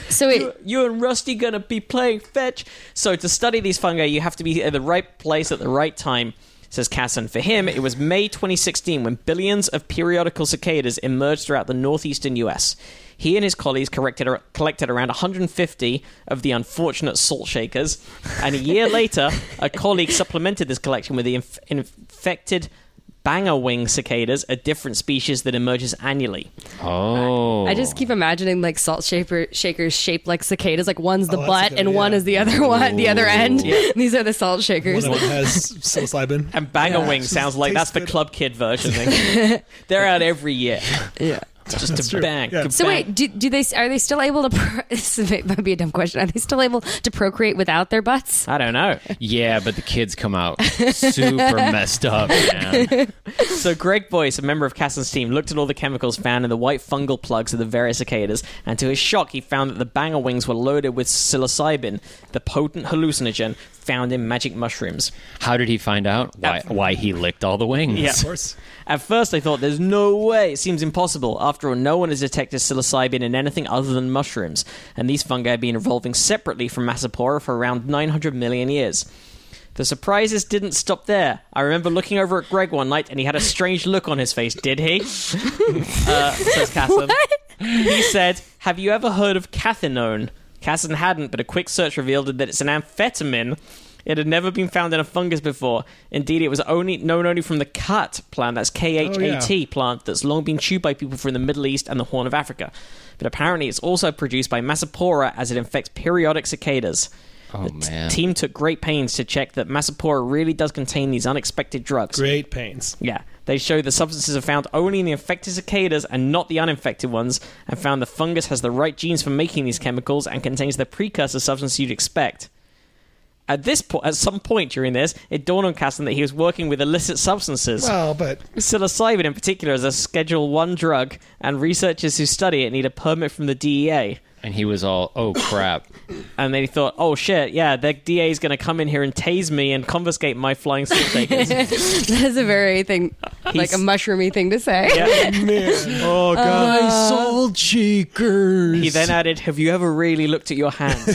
[SPEAKER 5] So it,
[SPEAKER 2] you and Rusty gonna be playing fetch. So to study these fungi, you have to be at the right place at the right time. Says Casson. For him, it was May 2016 when billions of periodical cicadas emerged throughout the northeastern U.S. He and his colleagues corrected, collected around 150 of the unfortunate salt shakers, and a year later, a colleague supplemented this collection with the inf- infected banger wing cicadas, a different species that emerges annually.
[SPEAKER 1] oh,
[SPEAKER 5] I just keep imagining like salt shaper, shakers shaped like cicadas. Like one's the
[SPEAKER 3] Oh, that's a
[SPEAKER 5] butt
[SPEAKER 3] good
[SPEAKER 5] and
[SPEAKER 3] idea.
[SPEAKER 5] one is the other one, the other end.
[SPEAKER 2] Yeah.
[SPEAKER 5] These are the salt
[SPEAKER 3] One of
[SPEAKER 5] shakers.
[SPEAKER 3] them has psilocybin.
[SPEAKER 2] And banger wing
[SPEAKER 3] Just
[SPEAKER 2] sounds like
[SPEAKER 3] tastes
[SPEAKER 2] that's the
[SPEAKER 3] good.
[SPEAKER 2] club kid version. Thing. They're out every year.
[SPEAKER 5] Yeah.
[SPEAKER 2] Just to
[SPEAKER 3] true.
[SPEAKER 2] bang.
[SPEAKER 3] Yeah.
[SPEAKER 2] to
[SPEAKER 5] So
[SPEAKER 2] bang.
[SPEAKER 5] wait, do, do they are they still able to? Pro- this may- might be a dumb question. Are they still able to procreate without their butts?
[SPEAKER 2] I don't know.
[SPEAKER 1] yeah, but the kids come out super messed up. Man.
[SPEAKER 2] So Greg Boyce, a member of Casson's team, looked at all the chemicals found in the white fungal plugs of the various cicadas, and to his shock, he found that the banger wings were loaded with psilocybin, the potent hallucinogen found in magic mushrooms.
[SPEAKER 1] How did he find out why why he licked all the wings?
[SPEAKER 2] Yeah.
[SPEAKER 3] Of course.
[SPEAKER 2] At first, I thought, there's no way. It seems impossible. After all, no one has detected psilocybin in anything other than mushrooms, and these fungi have been evolving separately from Massapora for around 900 million years. The surprises didn't stop there. I remember looking over at Greg one night, and he had a strange look on his face. Did he? uh, says Casson. He said, "Have you ever heard of cathinone?" Casson hadn't, but a quick search revealed that it's an amphetamine. It had never been found in a fungus before. Indeed, it was only known only from the cat plant. That's K H A
[SPEAKER 3] Oh,
[SPEAKER 2] T
[SPEAKER 3] yeah.
[SPEAKER 2] plant that's long been chewed by people from the Middle East and the Horn of Africa. But apparently, it's also produced by Massapora as it infects periodic cicadas.
[SPEAKER 1] Oh
[SPEAKER 2] T-
[SPEAKER 1] man.
[SPEAKER 2] team took great pains to check that Massapora really does contain these unexpected drugs.
[SPEAKER 3] Great pains.
[SPEAKER 2] Yeah, they show the substances are found only in the infected cicadas and not the uninfected ones, and found the fungus has the right genes for making these chemicals and contains the precursor substance you'd expect. At this po- at some point during this, it dawned on Caston that he was working with illicit substances.
[SPEAKER 3] Well, but
[SPEAKER 5] Uh,
[SPEAKER 2] Psilocybin, in particular, is a Schedule One drug, and researchers who study it need a permit from the DEA.
[SPEAKER 1] and he was all, "Oh crap!"
[SPEAKER 2] And then he thought, oh shit, yeah, the DA is going to come in here and tase me and confiscate my flying sword takers.
[SPEAKER 5] That is a very thing, like a mushroomy thing to say.
[SPEAKER 3] Oh god.
[SPEAKER 1] My soul cheekers.
[SPEAKER 2] he then added, have you ever really looked at your hands?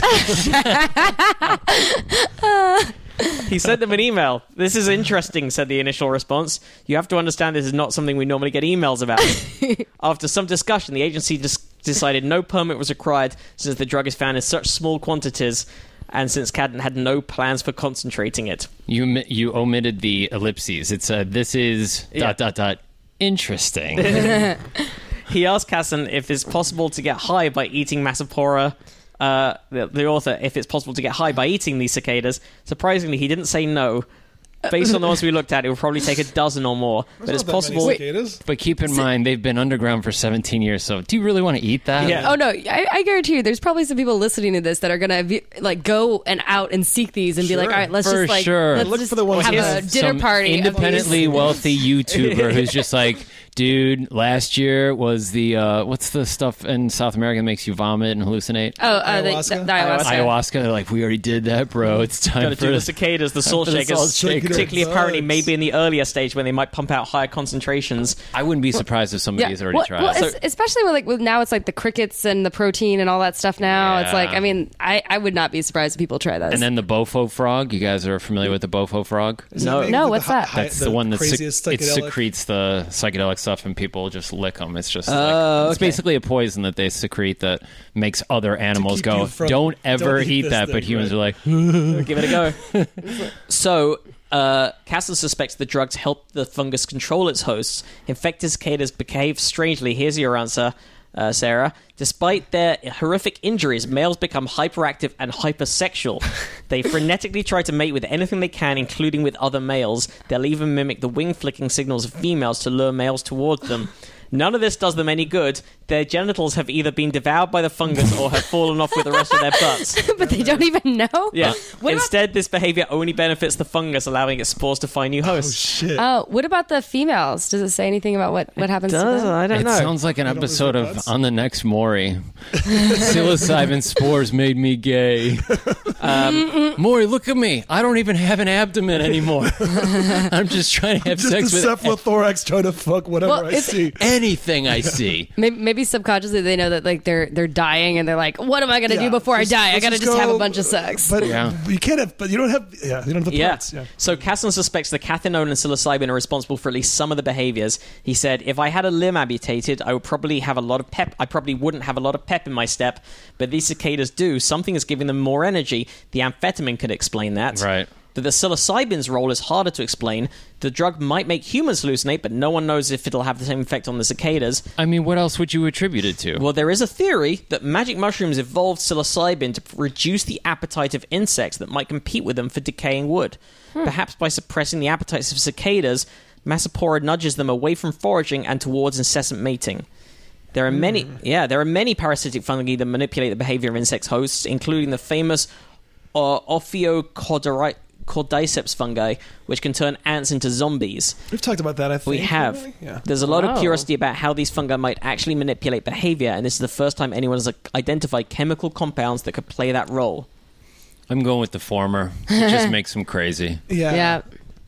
[SPEAKER 2] he sent them an email. This is interesting, said the initial response. You have to understand this is not something we normally get emails about. After some discussion, the agency dis- decided no permit was required since the drug is found in such small quantities and since Cadden had no plans for concentrating it.
[SPEAKER 1] you mi- you omitted the ellipses. It said, "This is
[SPEAKER 2] Yeah.
[SPEAKER 1] dot dot dot." Interesting.
[SPEAKER 2] He asked Casson if it's possible to get high by eating Massapora. Uh, the, the author, if it's possible to get high by eating these cicadas. Surprisingly, he didn't say no. Based on the ones we looked at, it would probably take a dozen or more, but it's
[SPEAKER 3] There's not that many
[SPEAKER 2] possible.
[SPEAKER 3] cicadas.
[SPEAKER 1] but keep in mind, they've been underground for 17 years. So, do you really want to eat that?
[SPEAKER 2] Yeah.
[SPEAKER 5] Oh no, I, I guarantee you, there's probably some people listening to this that are gonna be, like go and out and seek these and be like,
[SPEAKER 3] Sure.
[SPEAKER 5] all right, let's
[SPEAKER 1] For
[SPEAKER 5] just like
[SPEAKER 1] sure.
[SPEAKER 5] let's
[SPEAKER 1] Look
[SPEAKER 5] just
[SPEAKER 3] for the ones
[SPEAKER 5] have
[SPEAKER 1] Here's
[SPEAKER 5] a dinner
[SPEAKER 1] some
[SPEAKER 5] party. of these.
[SPEAKER 1] Independently wealthy YouTuber who's just like, dude, last year was the uh, what's the stuff in South America that makes you vomit and hallucinate?
[SPEAKER 5] Oh, uh, the, the,
[SPEAKER 3] Ayahuasca?
[SPEAKER 5] the ayahuasca.
[SPEAKER 1] Ayahuasca. They're like, we already did that, bro. It's time
[SPEAKER 2] Gotta
[SPEAKER 1] for
[SPEAKER 2] do the
[SPEAKER 1] us.
[SPEAKER 2] cicadas, the salt
[SPEAKER 1] for the
[SPEAKER 2] shakers,
[SPEAKER 1] salt shakers.
[SPEAKER 2] particularly
[SPEAKER 3] Succulent
[SPEAKER 2] apparently
[SPEAKER 3] bugs.
[SPEAKER 2] maybe in the earlier stage when they might pump out higher concentrations.
[SPEAKER 1] I wouldn't be surprised if somebody has already
[SPEAKER 5] well,
[SPEAKER 1] tried.
[SPEAKER 5] well,
[SPEAKER 1] it.
[SPEAKER 5] es- especially with like with now it's like the crickets and the protein and all that stuff. Now it's like
[SPEAKER 1] Yeah.
[SPEAKER 5] I mean I, I would not be surprised if people try those.
[SPEAKER 1] and then the bofo frog. You guys are familiar with the bofo frog?
[SPEAKER 3] Is that
[SPEAKER 2] No.
[SPEAKER 3] maybe
[SPEAKER 5] No,
[SPEAKER 3] the
[SPEAKER 5] what's
[SPEAKER 3] hi-
[SPEAKER 5] that?
[SPEAKER 3] hi-
[SPEAKER 1] That's the, one that sec-
[SPEAKER 3] craziest
[SPEAKER 1] it
[SPEAKER 3] psychedelic-
[SPEAKER 1] secretes the psychedelic stuff, and people just lick them. It's just like,
[SPEAKER 2] Oh,
[SPEAKER 1] it's
[SPEAKER 2] okay.
[SPEAKER 1] basically a poison that they secrete that makes other animals
[SPEAKER 3] keep
[SPEAKER 1] go,
[SPEAKER 3] you from-
[SPEAKER 1] "Don't ever
[SPEAKER 3] don't eat
[SPEAKER 1] eat,
[SPEAKER 3] this
[SPEAKER 1] that." but
[SPEAKER 3] thing,
[SPEAKER 1] humans
[SPEAKER 3] right.
[SPEAKER 1] are like,
[SPEAKER 2] Give it a go. so, uh, Castle suspects the drugs help the fungus control its hosts. Infected cicadas behave strangely. Here's your answer, uh, Sarah. Despite their horrific injuries, males become hyperactive and hypersexual. They frenetically try to mate with anything they can, including with other males. They'll even mimic the wing flicking signals of females to lure males towards them. None of this does them any good. Their genitals have either been devoured by the fungus or have fallen off with the rest of their butts.
[SPEAKER 5] but they don't even know.
[SPEAKER 2] Yeah.
[SPEAKER 5] What about-
[SPEAKER 2] Instead, this behavior only benefits the fungus, allowing its spores to find new hosts.
[SPEAKER 3] Shit.
[SPEAKER 5] Oh, what about the females? Does it say anything about what what happens to them?
[SPEAKER 2] don't
[SPEAKER 1] It sounds like an
[SPEAKER 3] don't lose
[SPEAKER 1] episode
[SPEAKER 3] their
[SPEAKER 1] of
[SPEAKER 3] butts?
[SPEAKER 1] On the Next Maury. Psilocybin spores made me gay. Um, Maury, look at me. I don't even have an abdomen anymore. I'm just trying to have
[SPEAKER 3] Just
[SPEAKER 1] sex
[SPEAKER 3] the
[SPEAKER 1] with
[SPEAKER 3] cephalothorax trying to fuck whatever
[SPEAKER 5] Well,
[SPEAKER 3] I
[SPEAKER 5] it's-
[SPEAKER 3] see.
[SPEAKER 1] anything I see.
[SPEAKER 5] Maybe, maybe subconsciously they know that like they're they're dying and they're like, what am I gonna
[SPEAKER 3] Yeah,
[SPEAKER 5] do before
[SPEAKER 3] let's-
[SPEAKER 5] I die? I
[SPEAKER 3] let's
[SPEAKER 5] gotta just,
[SPEAKER 3] go- uh,
[SPEAKER 5] have a bunch of sex.
[SPEAKER 3] But
[SPEAKER 1] Yeah.
[SPEAKER 3] you can't have. But you don't have. Yeah, you don't have the
[SPEAKER 2] Yeah.
[SPEAKER 3] parts. Yeah.
[SPEAKER 2] So Casson suspects the cathinone and psilocybin are responsible for at least some of the behaviors. He said, "If I had a limb amputated, I would probably have a lot of pep. I probably wouldn't have a lot of pep in my step, but these cicadas do. Something is giving them more energy. The amphetamine could explain that.
[SPEAKER 1] Right.
[SPEAKER 2] That the psilocybin's role is harder to explain. The drug might make humans hallucinate, but no one knows if it'll have the same effect on the cicadas.
[SPEAKER 1] I mean, what else would you attribute it to?
[SPEAKER 2] Well, there is a theory that magic mushrooms evolved psilocybin to reduce the appetite of insects that might compete with them for decaying wood. Perhaps by suppressing the appetites of cicadas, Massapora nudges them away from foraging and towards incessant mating. There are many, yeah, there are many parasitic fungi that manipulate the behavior of insect hosts, including the famous uh, Ophiocordyceps fungi, which can turn ants into zombies.
[SPEAKER 3] We've talked about that. I think
[SPEAKER 2] We have.
[SPEAKER 3] haven't we? Yeah.
[SPEAKER 2] There's a lot of
[SPEAKER 5] Wow.
[SPEAKER 2] curiosity about how these fungi might actually manipulate behavior, and this is the first time anyone has uh, identified chemical compounds that could play that role.
[SPEAKER 1] I'm going with the former. It just makes them crazy.
[SPEAKER 3] Yeah.
[SPEAKER 5] Yeah.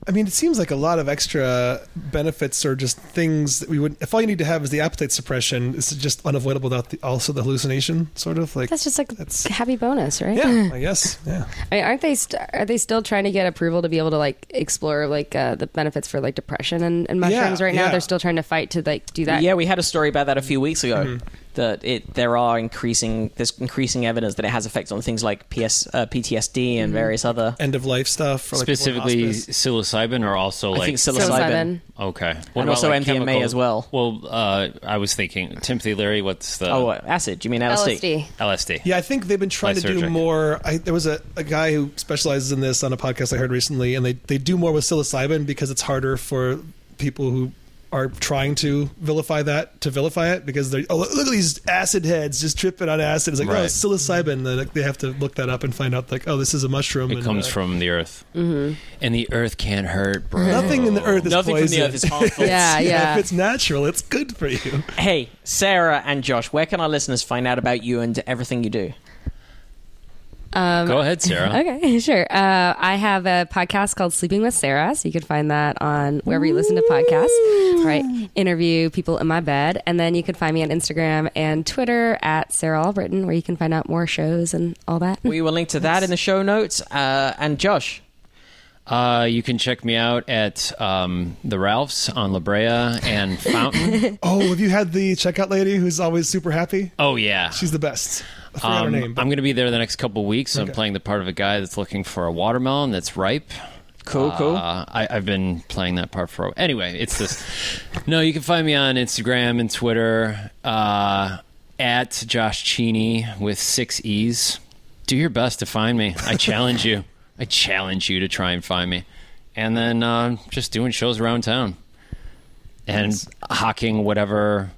[SPEAKER 3] I mean, it seems like a lot of extra benefits or just things that we would. If all you need to have is the appetite suppression, it's just unavoidable without the, also the hallucination, sort of like.
[SPEAKER 5] That's just like
[SPEAKER 3] That's-
[SPEAKER 5] a happy bonus, right?
[SPEAKER 3] yeah, I guess. Yeah.
[SPEAKER 5] I mean, aren't they st- are they still trying to get approval to be able to like explore like uh, the benefits for like depression and, and mushrooms
[SPEAKER 3] Yeah,
[SPEAKER 5] right now?
[SPEAKER 3] yeah.
[SPEAKER 5] They're still trying to fight to like do that.
[SPEAKER 2] yeah, we had a story about that a few weeks ago.
[SPEAKER 3] Mm-hmm.
[SPEAKER 2] That it there are increasing there's increasing evidence that it has effects on things like PS, uh, PTSD
[SPEAKER 5] Mm-hmm.
[SPEAKER 2] and various other.
[SPEAKER 3] End of life stuff. Or like people in
[SPEAKER 1] Specifically
[SPEAKER 3] hospice.
[SPEAKER 1] psilocybin or also
[SPEAKER 2] I
[SPEAKER 1] like
[SPEAKER 2] think psilocybin.
[SPEAKER 5] psilocybin.
[SPEAKER 1] Okay. What
[SPEAKER 2] And also MDMA as well.
[SPEAKER 1] Well, uh, I was thinking Timothy Leary. What's the
[SPEAKER 2] Oh, what, acid? You mean LSD?
[SPEAKER 5] LSD.
[SPEAKER 1] LSD?
[SPEAKER 3] Yeah, I think they've been trying
[SPEAKER 1] By
[SPEAKER 3] to do
[SPEAKER 1] surgery.
[SPEAKER 3] more. I, there was a, a guy who specializes in this on a podcast I heard recently, and they, they do more with psilocybin because it's harder for people who are trying to vilify that to vilify it because they're oh look, look at these acid heads just tripping on acid. It's like oh
[SPEAKER 1] Right.
[SPEAKER 3] it's psilocybin. Then they have to look that up and find out like oh this is a mushroom.
[SPEAKER 1] It
[SPEAKER 3] and,
[SPEAKER 1] comes
[SPEAKER 3] uh,
[SPEAKER 1] from the earth,
[SPEAKER 2] Mm-hmm.
[SPEAKER 1] and the earth can't hurt, bro.
[SPEAKER 3] nothing in the earth. Is
[SPEAKER 6] Nothing from
[SPEAKER 3] poison.
[SPEAKER 6] the earth is harmful.
[SPEAKER 5] Yeah, yeah.
[SPEAKER 3] If it's natural, it's good for you.
[SPEAKER 2] Hey, Sarah and Josh, where can our listeners find out about you and everything you do?
[SPEAKER 1] Go ahead, Sarah.
[SPEAKER 5] Okay, sure. Uh, I have a podcast called Sleeping with Sarah, so you can find that on wherever you listen to podcasts. All right, interview people in my bed, and then you can find me on Instagram and Twitter at Sarah Albritton, where you can find out more shows and all that.
[SPEAKER 2] We will link to that in the show notes. Uh, and Josh,
[SPEAKER 1] Uh, you can check me out at um, the Ralphs on La Brea and Fountain.
[SPEAKER 3] Oh, have you had the checkout lady who's always super happy?
[SPEAKER 1] oh yeah,
[SPEAKER 3] She's the best. I forgot
[SPEAKER 1] Um,
[SPEAKER 3] her name. but-
[SPEAKER 1] I'm going to be there the next couple weeks. so I'm
[SPEAKER 3] Okay.
[SPEAKER 1] playing the part of a guy that's looking for a watermelon that's ripe.
[SPEAKER 2] cool, cool.
[SPEAKER 1] Uh, I, I've been playing that part for. Anyway, it's this. no, you can find me on Instagram and Twitter uh, at Josh Cheney with six E's. Do your best to find me. I challenge you. I challenge you to try and find me. And then uh, just doing shows around town and hawking whatever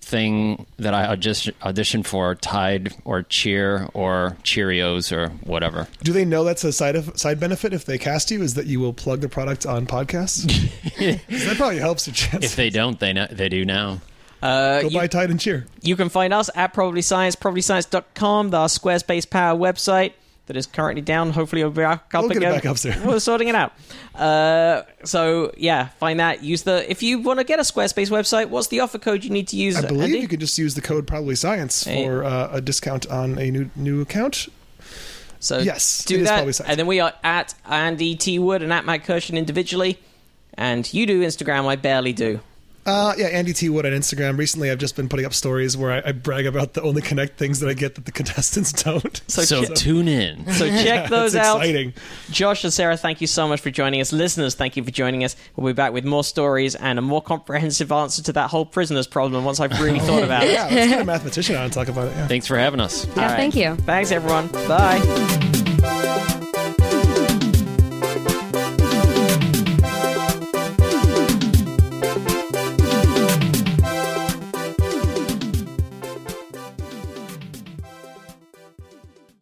[SPEAKER 1] thing that I audition, audition for, Tide or Cheer or Cheerios or whatever.
[SPEAKER 3] Do they know that's a side of, side benefit if they cast you? Is that you will plug the product on podcasts? 'Cause that probably helps your chance.
[SPEAKER 1] If they don't, they know, they do now.
[SPEAKER 2] Uh,
[SPEAKER 3] Go
[SPEAKER 2] you-
[SPEAKER 3] buy Tide and Cheer.
[SPEAKER 2] You can find us at Probably Science, probablyscience.com, our Squarespace Power website that is currently down. Hopefully, it'll be back up
[SPEAKER 3] We'll get it
[SPEAKER 2] again.
[SPEAKER 3] back up soon.
[SPEAKER 2] We're sorting it out. Uh, so, yeah, find that. Use the. If you want to get a Squarespace website, what's the offer code you need to use?
[SPEAKER 3] I believe
[SPEAKER 2] Andy?
[SPEAKER 3] you could just use the code probably science
[SPEAKER 2] Hey.
[SPEAKER 3] for uh, a discount on a new new account.
[SPEAKER 2] So
[SPEAKER 3] Yes, it
[SPEAKER 2] do
[SPEAKER 3] is
[SPEAKER 2] that.
[SPEAKER 3] Probably Science.
[SPEAKER 2] And then we are at Andy T. Wood and at Matt Kirshen individually. And you do Instagram, I barely do.
[SPEAKER 3] Uh, yeah, Andy T Wood on Instagram. Recently, I've just been putting up stories where I, I brag about the only connect things that I get that the contestants don't.
[SPEAKER 2] So,
[SPEAKER 1] so
[SPEAKER 2] che-
[SPEAKER 1] tune in.
[SPEAKER 2] so check those
[SPEAKER 3] That's
[SPEAKER 2] out.
[SPEAKER 3] exciting.
[SPEAKER 2] Josh and Sarah, thank you so much for joining us. Listeners, thank you for joining us. We'll be back with more stories and a more comprehensive answer to that whole prisoners problem once I've really thought about it.
[SPEAKER 3] Yeah, let's get a mathematician on and talk about it. Yeah.
[SPEAKER 1] Thanks for having us.
[SPEAKER 5] Yeah, thank you.
[SPEAKER 2] Thanks, everyone. Bye.